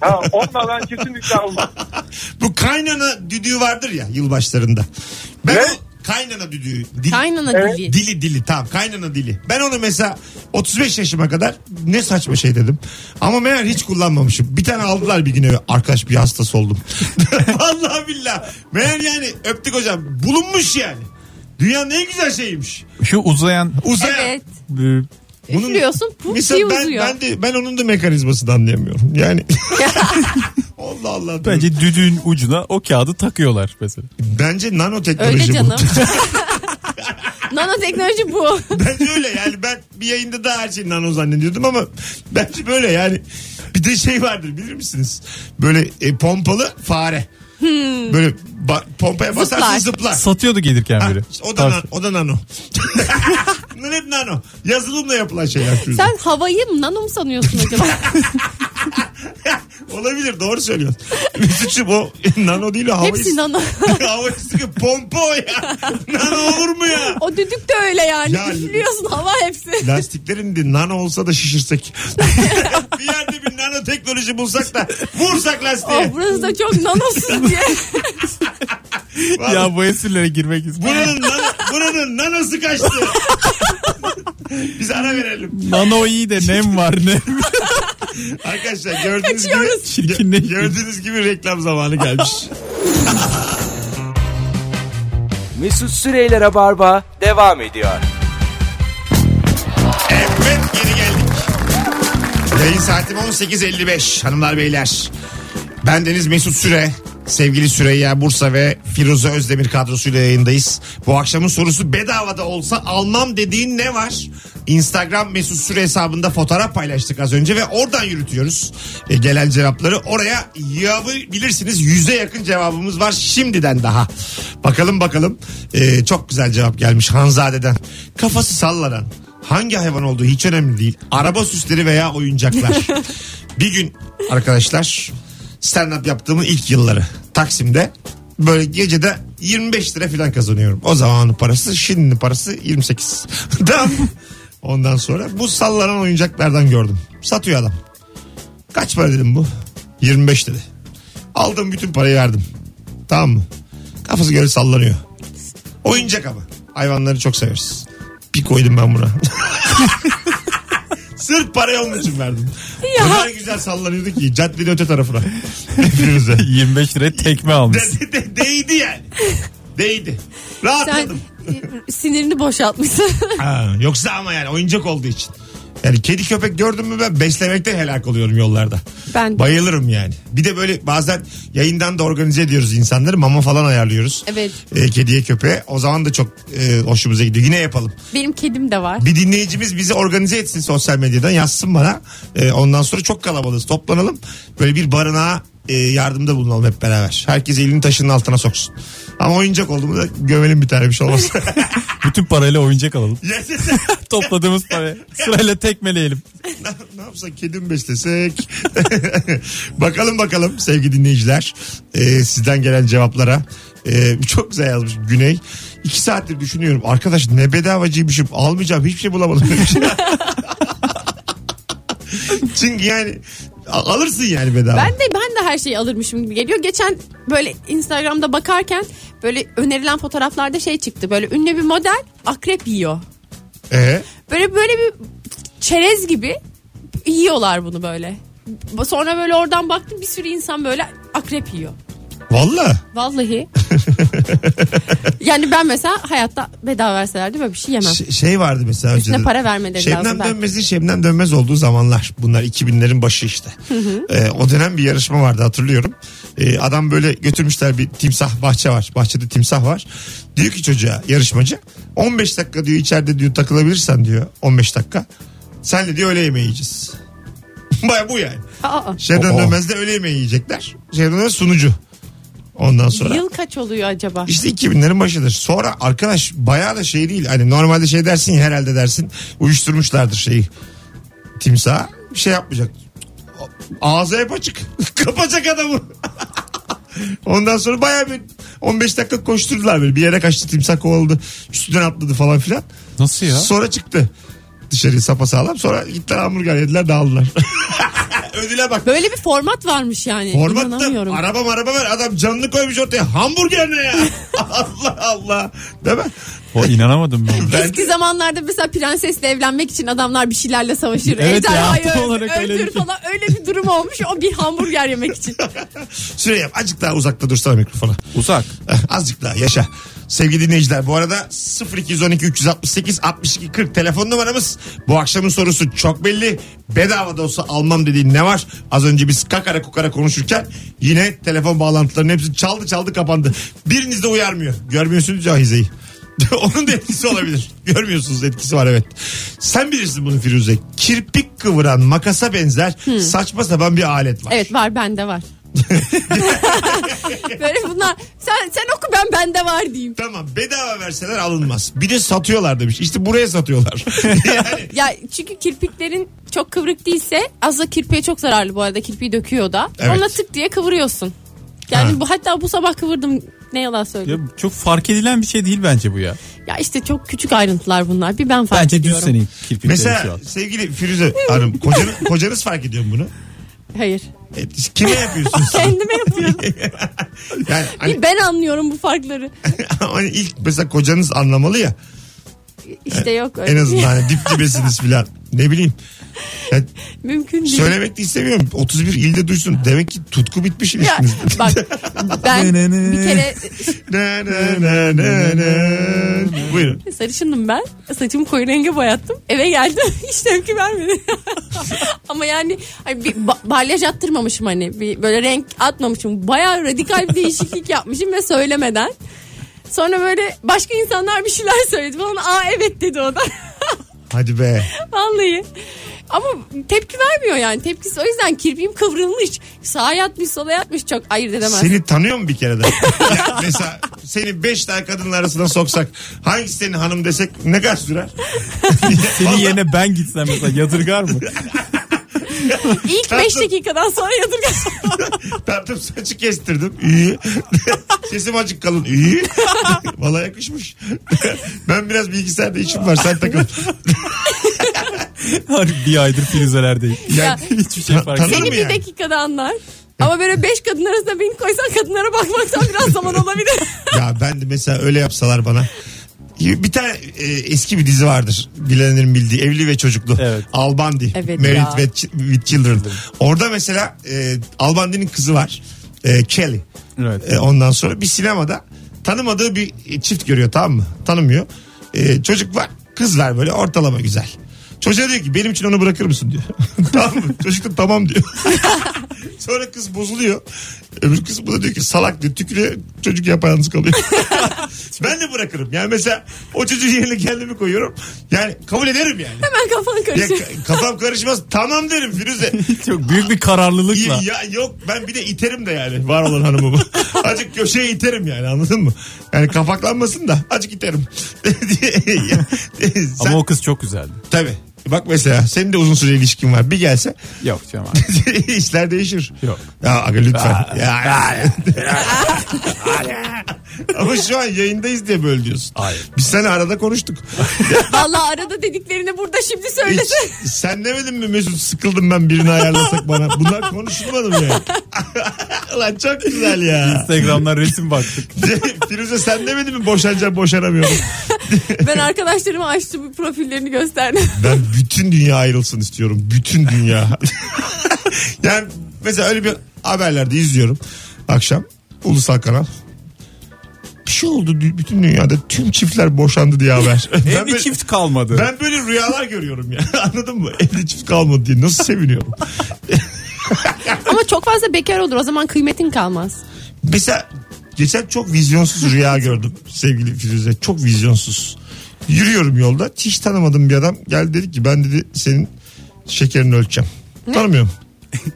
Speaker 5: Ha, onlardan kesinlikle almam.
Speaker 2: [laughs] Bu kaynana düdüğü vardır ya yılbaşlarında. Ben
Speaker 5: Ne?
Speaker 2: o kaynana düdüğü. Dil,
Speaker 3: Kaynana
Speaker 5: Evet.
Speaker 3: dili.
Speaker 2: dili dili tamam kaynana dili. Ben onu mesela 35 yaşıma kadar ne saçma şey dedim. Ama meğer hiç kullanmamışım. Bir tane aldılar bir gün eve. Arkadaş bir hastası oldum. [laughs] Vallahi billah. Meğer yani öptük hocam. Bulunmuş yani. Dünyanın en güzel şeyiymiş.
Speaker 4: Şu uzayan
Speaker 2: Uzayan.
Speaker 3: Evet.
Speaker 4: e,
Speaker 2: [laughs] Bunun-
Speaker 3: Üflüyorsun puf
Speaker 2: Mesela
Speaker 3: diye
Speaker 2: ben,
Speaker 3: uzuyor.
Speaker 2: ben, de, ben onun da mekanizmasını anlayamıyorum. Yani
Speaker 3: [laughs]
Speaker 2: [laughs] Allah Allah. Bence,
Speaker 4: bence düdüğün ucuna o kağıdı takıyorlar mesela.
Speaker 2: bence nanoteknoloji
Speaker 3: Öyle
Speaker 2: bu.
Speaker 3: canım.
Speaker 2: [laughs]
Speaker 3: Nanoteknoloji bu.
Speaker 2: Bence öyle yani ben bir yayında daha her şeyi nano zannediyordum ama bence böyle yani. Bir de şey vardır bilir misiniz? Böyle e, pompalı fare. Böyle ba- pompaya basarsın
Speaker 3: Hmm. Zıplar.
Speaker 2: zıplar.
Speaker 4: Satıyordu
Speaker 2: Ha,
Speaker 4: gelirken biri.
Speaker 2: işte o, da
Speaker 4: Tavsiye-
Speaker 2: nan- o da nano. [laughs] Bunlar hep nano. Yazılımla yapılan şeyler. Firuze. [laughs]
Speaker 3: Sen havayı nano mu sanıyorsun acaba?
Speaker 2: Olabilir doğru söylüyorsun. Mesut'cum o nano değil o hava
Speaker 3: Hepsi nano. [laughs]
Speaker 2: [laughs] hava istikli pompa o ya. Nano olur mu ya?
Speaker 3: o düdük de öyle yani.
Speaker 2: Ya-
Speaker 3: Üflüyorsun hava hepsi.
Speaker 2: Lastiklerin de nano olsa da şişirsek. [laughs] bir yerde bir nano teknoloji bulsak da vursak lastiğe.
Speaker 3: Oh, burası da çok nanosuz diye.
Speaker 2: [laughs] Vallahi
Speaker 4: ya bu esprilere girmek istiyorum.
Speaker 2: buranın, nano, buranın nanosu kaçtı. [laughs] Biz ara verelim.
Speaker 4: Nano iyi de nem var
Speaker 2: [laughs]
Speaker 4: nem.
Speaker 2: Arkadaşlar gördüğünüz gibi,
Speaker 3: Kaçıyoruz.
Speaker 4: Çirkinleşti.
Speaker 2: gördüğünüz gibi reklam zamanı gelmiş.
Speaker 1: Mesut Süreyler'e barba devam ediyor.
Speaker 2: Evet geri geldik. Yayın saatim 18.55 hanımlar beyler. Ben Deniz Mesut Süre. Sevgili Süreyya Bursa ve Firuze Özdemir kadrosuyla yayındayız. Bu akşamın sorusu bedavada olsa almam dediğin ne var? Instagram Mesut Süre hesabında fotoğraf paylaştık az önce ve oradan yürütüyoruz E, gelen cevapları. Oraya yağabilirsiniz. Yüze yakın cevabımız var şimdiden daha. Bakalım bakalım. E, çok güzel cevap gelmiş Hanzade'den. Kafası sallanan Hangi hayvan olduğu hiç önemli değil. Araba süsleri veya oyuncaklar. bir gün arkadaşlar stand-up yaptığımın ilk yılları Taksim'de böyle gecede 25 lira falan kazanıyorum. O zamanın parası şimdinin parası 28. [laughs] Tamam. Ondan sonra bu sallanan oyuncaklardan gördüm. Satıyor adam. Kaç para dedim bu? 25 dedi. Aldım bütün parayı verdim. Tamam mı? Kafası göre sallanıyor. Oyuncak ama. Hayvanları çok severiz. Bir koydum ben buna. [laughs] Sırf parayı onun için verdim. O kadar güzel sallanıyordu ki caddenin öte tarafına. [laughs] Hepimize.
Speaker 4: 25 liraya tekme almış.
Speaker 2: De- de- de- değdi yani. Değdi. Rahatladım.
Speaker 3: [laughs] Sen e, sinirini boşaltmışsın.
Speaker 2: Ha, yoksa ama yani oyuncak olduğu için. Yani kedi köpek gördüm mü ben beslemekten helak oluyorum yollarda.
Speaker 3: Ben de.
Speaker 2: Bayılırım yani. Bir de böyle bazen yayından da organize ediyoruz insanları. Mama falan ayarlıyoruz.
Speaker 3: Evet.
Speaker 2: E, kediye köpeğe. O zaman da çok e, hoşumuza gidiyor. Yine yapalım.
Speaker 3: [laughs] Benim kedim de var.
Speaker 2: Bir dinleyicimiz bizi organize etsin sosyal medyadan yazsın bana. Ee, ondan sonra çok kalabalığız toplanalım. Böyle bir barınağa e, yardımda bulunalım hep beraber. Herkes elini taşının altına soksun. Ama oyuncak oldu mu da gömelim bir tane bir şey olmaz.
Speaker 4: Bütün parayla oyuncak alalım.
Speaker 2: Yaşasın.
Speaker 4: Topladığımız parayı sırayla tekmeleyelim.
Speaker 2: ne, ne yapsak kedi mi beslesek? [laughs] bakalım bakalım sevgili dinleyiciler. Ee, sizden gelen cevaplara. Ee, çok güzel yazmış Güney. İki saattir düşünüyorum. Arkadaş ne bedavacıymışım. Almayacağım hiçbir şey bulamadım. [laughs] demiş. Çünkü yani a- alırsın yani bedava.
Speaker 3: Ben de ben de her şeyi alırmışım gibi geliyor. Geçen böyle Instagram'da bakarken böyle önerilen fotoğraflarda şey çıktı. Böyle ünlü bir model akrep yiyor.
Speaker 2: Ee,
Speaker 3: Böyle böyle bir çerez gibi yiyorlar bunu böyle. Sonra böyle oradan baktım bir sürü insan böyle akrep yiyor.
Speaker 2: valla.
Speaker 3: [laughs] Vallahi. yani ben mesela hayatta bedava verselerdi böyle bir şey yemem.
Speaker 2: Ş- şey vardı mesela
Speaker 3: Üstüne
Speaker 2: önceden.
Speaker 3: para vermeleri
Speaker 2: Şebnem
Speaker 3: lazım belki.
Speaker 2: Dönmez'in Şebnem Dönmez olduğu zamanlar. Bunlar 2000'lerin başı işte. Ee, o dönem bir yarışma vardı hatırlıyorum. Ee, adam böyle götürmüşler bir timsah bahçe var. Bahçede timsah var. Diyor ki çocuğa yarışmacı 15 dakika diyor içeride diyor takılabilirsen diyor 15 dakika. Senle diyor öğle yemeği yiyeceğiz. [laughs] Baya bu yani.
Speaker 3: Aa,
Speaker 2: Şebnem
Speaker 4: Oo.
Speaker 2: Dönmez de öğle yemeği yiyecekler. Şebnem Dönmez sunucu. Ondan sonra.
Speaker 3: yıl kaç oluyor acaba?
Speaker 2: İşte 2000'lerin başıdır. Sonra arkadaş bayağı da şey değil. Hani normalde şey dersin ya herhalde dersin. Uyuşturmuşlardır şeyi. Timsah bir şey yapmayacak. Ağzı hep açık. [laughs] Kapacak adamı. [laughs] Ondan sonra bayağı bir 15 dakika koşturdular böyle. Bir yere kaçtı timsah kovaladı. Üstünden atladı falan filan.
Speaker 4: Nasıl ya?
Speaker 2: Sonra çıktı dışarıya sapasağlam. Sonra gittiler hamburger yediler dağıldılar. [laughs] Ödüle bak.
Speaker 3: Böyle bir format varmış yani.
Speaker 2: Format'ta
Speaker 3: İnanamıyorum.
Speaker 2: araba maraba ver adam canını koymuş ortaya hamburger
Speaker 3: [laughs]
Speaker 2: ne ya Allah Allah değil mi?
Speaker 4: O inanamadım ben.
Speaker 2: Ben- [laughs]
Speaker 3: Eski zamanlarda mesela prensesle evlenmek için adamlar bir şeylerle savaşır.
Speaker 4: Evet ya,
Speaker 3: Ejderhayı
Speaker 4: tam
Speaker 3: öl-
Speaker 4: olarak öyle
Speaker 3: öldür
Speaker 4: bir şey.
Speaker 3: falan. Öyle bir durum olmuş. O bir hamburger yemek [laughs] için.
Speaker 2: Süre yap azıcık daha uzakta dursana mikrofona
Speaker 4: Uzak.
Speaker 2: [laughs] azıcık daha yaşa. Sevgili dinleyiciler bu arada 0212 368 62 40 telefon numaramız. Bu akşamın sorusu çok belli. Bedava da olsa almam dediğin ne var? Az önce biz kakara kukara konuşurken yine telefon bağlantılarının hepsi çaldı çaldı kapandı. Biriniz de uyarmıyor. Görmüyorsunuz cahizeyi. [laughs] Onun da etkisi olabilir. Görmüyorsunuz etkisi var evet. Sen bilirsin bunu Firuze. Kirpik kıvıran makasa benzer saçma sapan bir alet var.
Speaker 3: Evet var bende var. [laughs] Böyle bunlar sen sen oku ben bende var diyeyim.
Speaker 2: Tamam bedava verseler alınmaz. Bir de satıyorlar demiş. İşte buraya satıyorlar.
Speaker 4: [laughs]
Speaker 2: yani
Speaker 3: Ya çünkü kirpiklerin çok kıvrık değilse aslında kirpiğe çok zararlı bu arada kirpiği döküyor da.
Speaker 2: Evet.
Speaker 3: Ona tık diye kıvırıyorsun. Yani
Speaker 2: Ha.
Speaker 3: bu hatta bu sabah kıvırdım ne yalan söyleyeyim.
Speaker 4: Ya çok fark edilen bir şey değil bence bu ya.
Speaker 3: Ya işte çok küçük ayrıntılar bunlar. Bir ben fark
Speaker 4: Bence düz
Speaker 3: ediyorum.
Speaker 4: senin kirpiklerin şu
Speaker 2: mesela
Speaker 4: an.
Speaker 2: sevgili Firuze Hanım kocanız, kocanız fark ediyor mu bunu.
Speaker 3: Hayır.
Speaker 2: E, kime
Speaker 3: [laughs]
Speaker 2: yapıyorsunuz?
Speaker 3: Kendime
Speaker 4: [laughs]
Speaker 3: yapıyorum.
Speaker 2: [laughs] yani hani, [laughs]
Speaker 3: Bir ben anlıyorum bu farkları.
Speaker 2: hani ilk mesela kocanız anlamalı ya.
Speaker 3: İşte yok öyle.
Speaker 2: En azından hani dip dibesiniz filan. Ne bileyim. Yani
Speaker 3: [laughs] Mümkün değil.
Speaker 2: söylemek de istemiyorum. 31 ilde duysun. Demek ki tutku bitmişim.
Speaker 3: Ya
Speaker 2: [laughs]
Speaker 3: bak ben bir kere
Speaker 2: Ne, ne, ne,
Speaker 3: [laughs]
Speaker 2: ne, ne. Buyurun.
Speaker 3: sarışındım ben. Saçımı koyu renge boyattım. Eve geldim [laughs] hiç tepki vermedi. [laughs] Ama yani hani bir ba- balyaj attırmamışım hani. Bir böyle renk atmamışım. Bayağı radikal bir değişiklik yapmışım ve söylemeden. Sonra böyle başka insanlar bir şeyler söyledi falan. Aa evet dedi o da. [laughs]
Speaker 2: Hadi be.
Speaker 3: Vallahi. Ama tepki vermiyor yani. Tepkisi o yüzden kirpiğim kıvrılmış. Sağa yatmış sola yatmış çok ayırt edemez.
Speaker 2: Seni tanıyor mu bir kere de? [laughs] Ya mesela seni 5 tane kadının arasına soksak hangisi senin hanım desek ne kadar sürer? [laughs]
Speaker 4: Senin yerine ben gitsem mesela yadırgar mı?
Speaker 3: İlk 5 dakikadan sonra yadırgasın.
Speaker 2: Tartıp saçı kestirdim. İyi. [laughs] Sesim acık kalın. [laughs] İyi. Valla yakışmış. [laughs] ben biraz bilgisayarda işim var. Sen takıl.
Speaker 4: Harbi bir aydır
Speaker 2: [laughs]
Speaker 4: Firuze'lerdeyim.
Speaker 2: Yani,
Speaker 4: Hiçbir şey
Speaker 2: Ta-
Speaker 4: fark
Speaker 2: tanı-
Speaker 4: etmiyor.
Speaker 2: Olur mu
Speaker 3: Seni bir
Speaker 2: yani? E.
Speaker 3: dakikada anlar. Ama böyle beş kadın arasında beni koysan kadınlara bakmaktan biraz zaman
Speaker 2: [laughs]
Speaker 3: olabilir.
Speaker 2: ya ben de mesela öyle yapsalar bana. Bir tane e, eski bir dizi vardır. Bilenlerin bildiği Evli ve Çocuklu.
Speaker 4: Evet.
Speaker 2: Albandi.
Speaker 3: Evet
Speaker 2: Married
Speaker 3: ya.
Speaker 2: with, Ch- with Children. Orada mesela e, Albandi'nin kızı var. E, Kelly.
Speaker 4: Evet.
Speaker 2: E, ondan sonra bir sinemada tanımadığı bir çift görüyor tamam mı? Tanımıyor. E, çocuk var kız var böyle ortalama güzel. Çocuğa diyor ki benim için onu bırakır mısın diyor. [laughs] tamam mı? Çocuk da tamam diyor. [laughs] sonra kız bozuluyor. Öbür kız buna diyor ki salak diyor tükürüyor. Çocuk yapayalnız kalıyor. [laughs] ben de bırakırım. Yani mesela o çocuğun yerine kendimi koyuyorum. Yani kabul ederim yani.
Speaker 3: Hemen kafan
Speaker 2: Ya,
Speaker 3: karışıyor.
Speaker 2: ka- kafam karışmaz. Tamam derim Firuze.
Speaker 4: Çok büyük bir kararlılıkla.
Speaker 2: Ya yok ben bir de iterim de yani var olan
Speaker 4: [laughs]
Speaker 2: hanımımı. Azıcık köşeye iterim yani anladın mı? Yani kapaklanmasın da azıcık iterim. [laughs] e, Sen,
Speaker 4: Ama o kız çok güzeldi.
Speaker 2: Tabii. Bak mesela senin de uzun süre ilişkin var. Bir gelse [laughs]
Speaker 4: Yok canım abi.
Speaker 2: işler değişir.
Speaker 4: Yok.
Speaker 2: Ya aga lütfen. Ya, ya, ya. [laughs] Ama şu an yayındayız diye böyle diyorsun.
Speaker 4: Hayır.
Speaker 2: Biz seni arada
Speaker 4: [laughs]
Speaker 2: konuştuk.
Speaker 3: Vallahi arada dediklerini burada şimdi
Speaker 2: Hiç,
Speaker 3: söylese.
Speaker 2: sen demedin mi Mesut sıkıldım ben birini ayarlasak bana. Bunlar konuşulmadı mı yani? [laughs] Ulan çok güzel ya.
Speaker 4: [laughs] Instagram'dan resim baktık.
Speaker 2: [laughs] Firuze sen demedin mi boşanacağım boşanamıyorum.
Speaker 3: Ben arkadaşlarıma açtım profillerini gösterdim.
Speaker 2: Ben bütün dünya ayrılsın istiyorum. Bütün dünya. [laughs] yani mesela öyle bir haberlerde izliyorum akşam. Ulusal kanal. Bir şey oldu dü- bütün dünyada tüm çiftler boşandı diye [laughs] haber. ben,
Speaker 4: Evli
Speaker 2: böyle,
Speaker 4: çift kalmadı.
Speaker 2: ben böyle rüyalar görüyorum ya [laughs] anladın mı? Evli çift kalmadı diye nasıl seviniyorum.
Speaker 3: [laughs] Ama çok fazla bekar olur o zaman kıymetin kalmaz.
Speaker 2: Mesela geçen çok vizyonsuz rüya gördüm sevgili Firuze. Çok vizyonsuz. Yürüyorum yolda. Hiç tanımadığım bir adam geldi dedi ki ben dedi senin şekerini ölçeceğim. Tanımıyorum.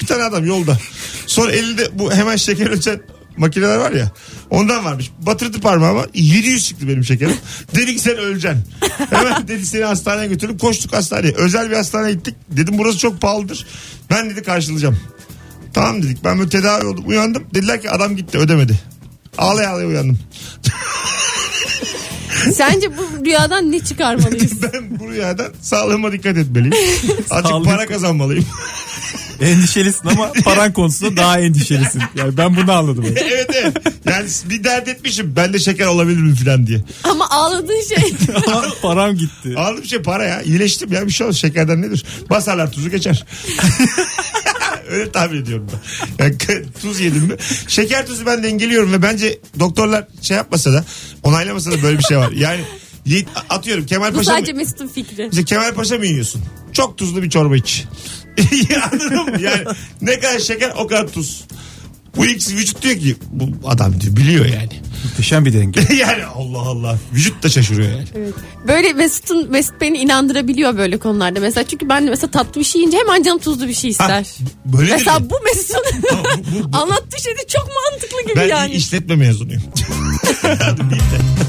Speaker 2: bir tane adam yolda. Sonra elinde bu hemen şeker ölçen makineler var ya. Ondan varmış. Batırdı parmağıma. 700 çıktı benim şekerim. Dedi ki sen öleceksin. Hemen dedi seni hastaneye götürüp koştuk hastaneye. Özel bir hastaneye gittik. Dedim burası çok pahalıdır. Ben dedi karşılayacağım. Tamam dedik. Ben böyle tedavi oldum. Uyandım. Dediler ki adam gitti ödemedi. Ağlaya ağlaya uyandım.
Speaker 3: Sence bu rüyadan ne
Speaker 2: [laughs]
Speaker 3: çıkarmalıyız?
Speaker 2: Ben bu rüyadan sağlığıma dikkat etmeliyim. Azıcık
Speaker 4: Sağlık.
Speaker 2: para kazanmalıyım.
Speaker 4: Endişelisin ama paran
Speaker 2: [laughs]
Speaker 4: konusunda daha endişelisin. Yani ben bunu anladım.
Speaker 2: evet evet. Yani bir dert etmişim. Ben de şeker olabilir mi falan diye.
Speaker 3: Ama ağladığın şey
Speaker 4: Ama param gitti.
Speaker 2: Aldığım şey para ya. İyileştim ya bir şey olmaz. Şekerden nedir? Basarlar tuzu geçer. [laughs] Öyle tahmin ediyorum ben. Yani k- tuz yedim mi? Şeker tuzu ben dengeliyorum ve bence doktorlar şey yapmasa da onaylamasa da böyle bir şey var. Yani ye- atıyorum Kemal
Speaker 3: bu
Speaker 2: Paşa
Speaker 3: sadece Mesut'un fikri.
Speaker 2: Mesela Kemal Paşa mı yiyorsun? Çok [laughs] tuzlu bir çorba iç. Anladın mı? Yani ne kadar şeker o kadar tuz. Bu ikisi vücut diyor ki bu adam diyor biliyor yani. [laughs]
Speaker 4: Muhteşem bir denge.
Speaker 2: yani Allah Allah vücut da şaşırıyor yani.
Speaker 3: Böyle Mesut'un Mesut beni inandırabiliyor böyle konularda. Mesela çünkü ben de mesela tatlı bir şey yiyince hemen canım tuzlu bir şey
Speaker 2: Ha,
Speaker 3: ister.
Speaker 2: b- böyle
Speaker 3: mesela
Speaker 2: mi?
Speaker 3: bu Mesut'un
Speaker 2: Tamam,
Speaker 3: [laughs]
Speaker 2: bu- bu- bu-
Speaker 3: anlattığı şey de çok mantıklı gibi
Speaker 2: ben
Speaker 3: yani.
Speaker 2: işletme mezunuyum. Bildim.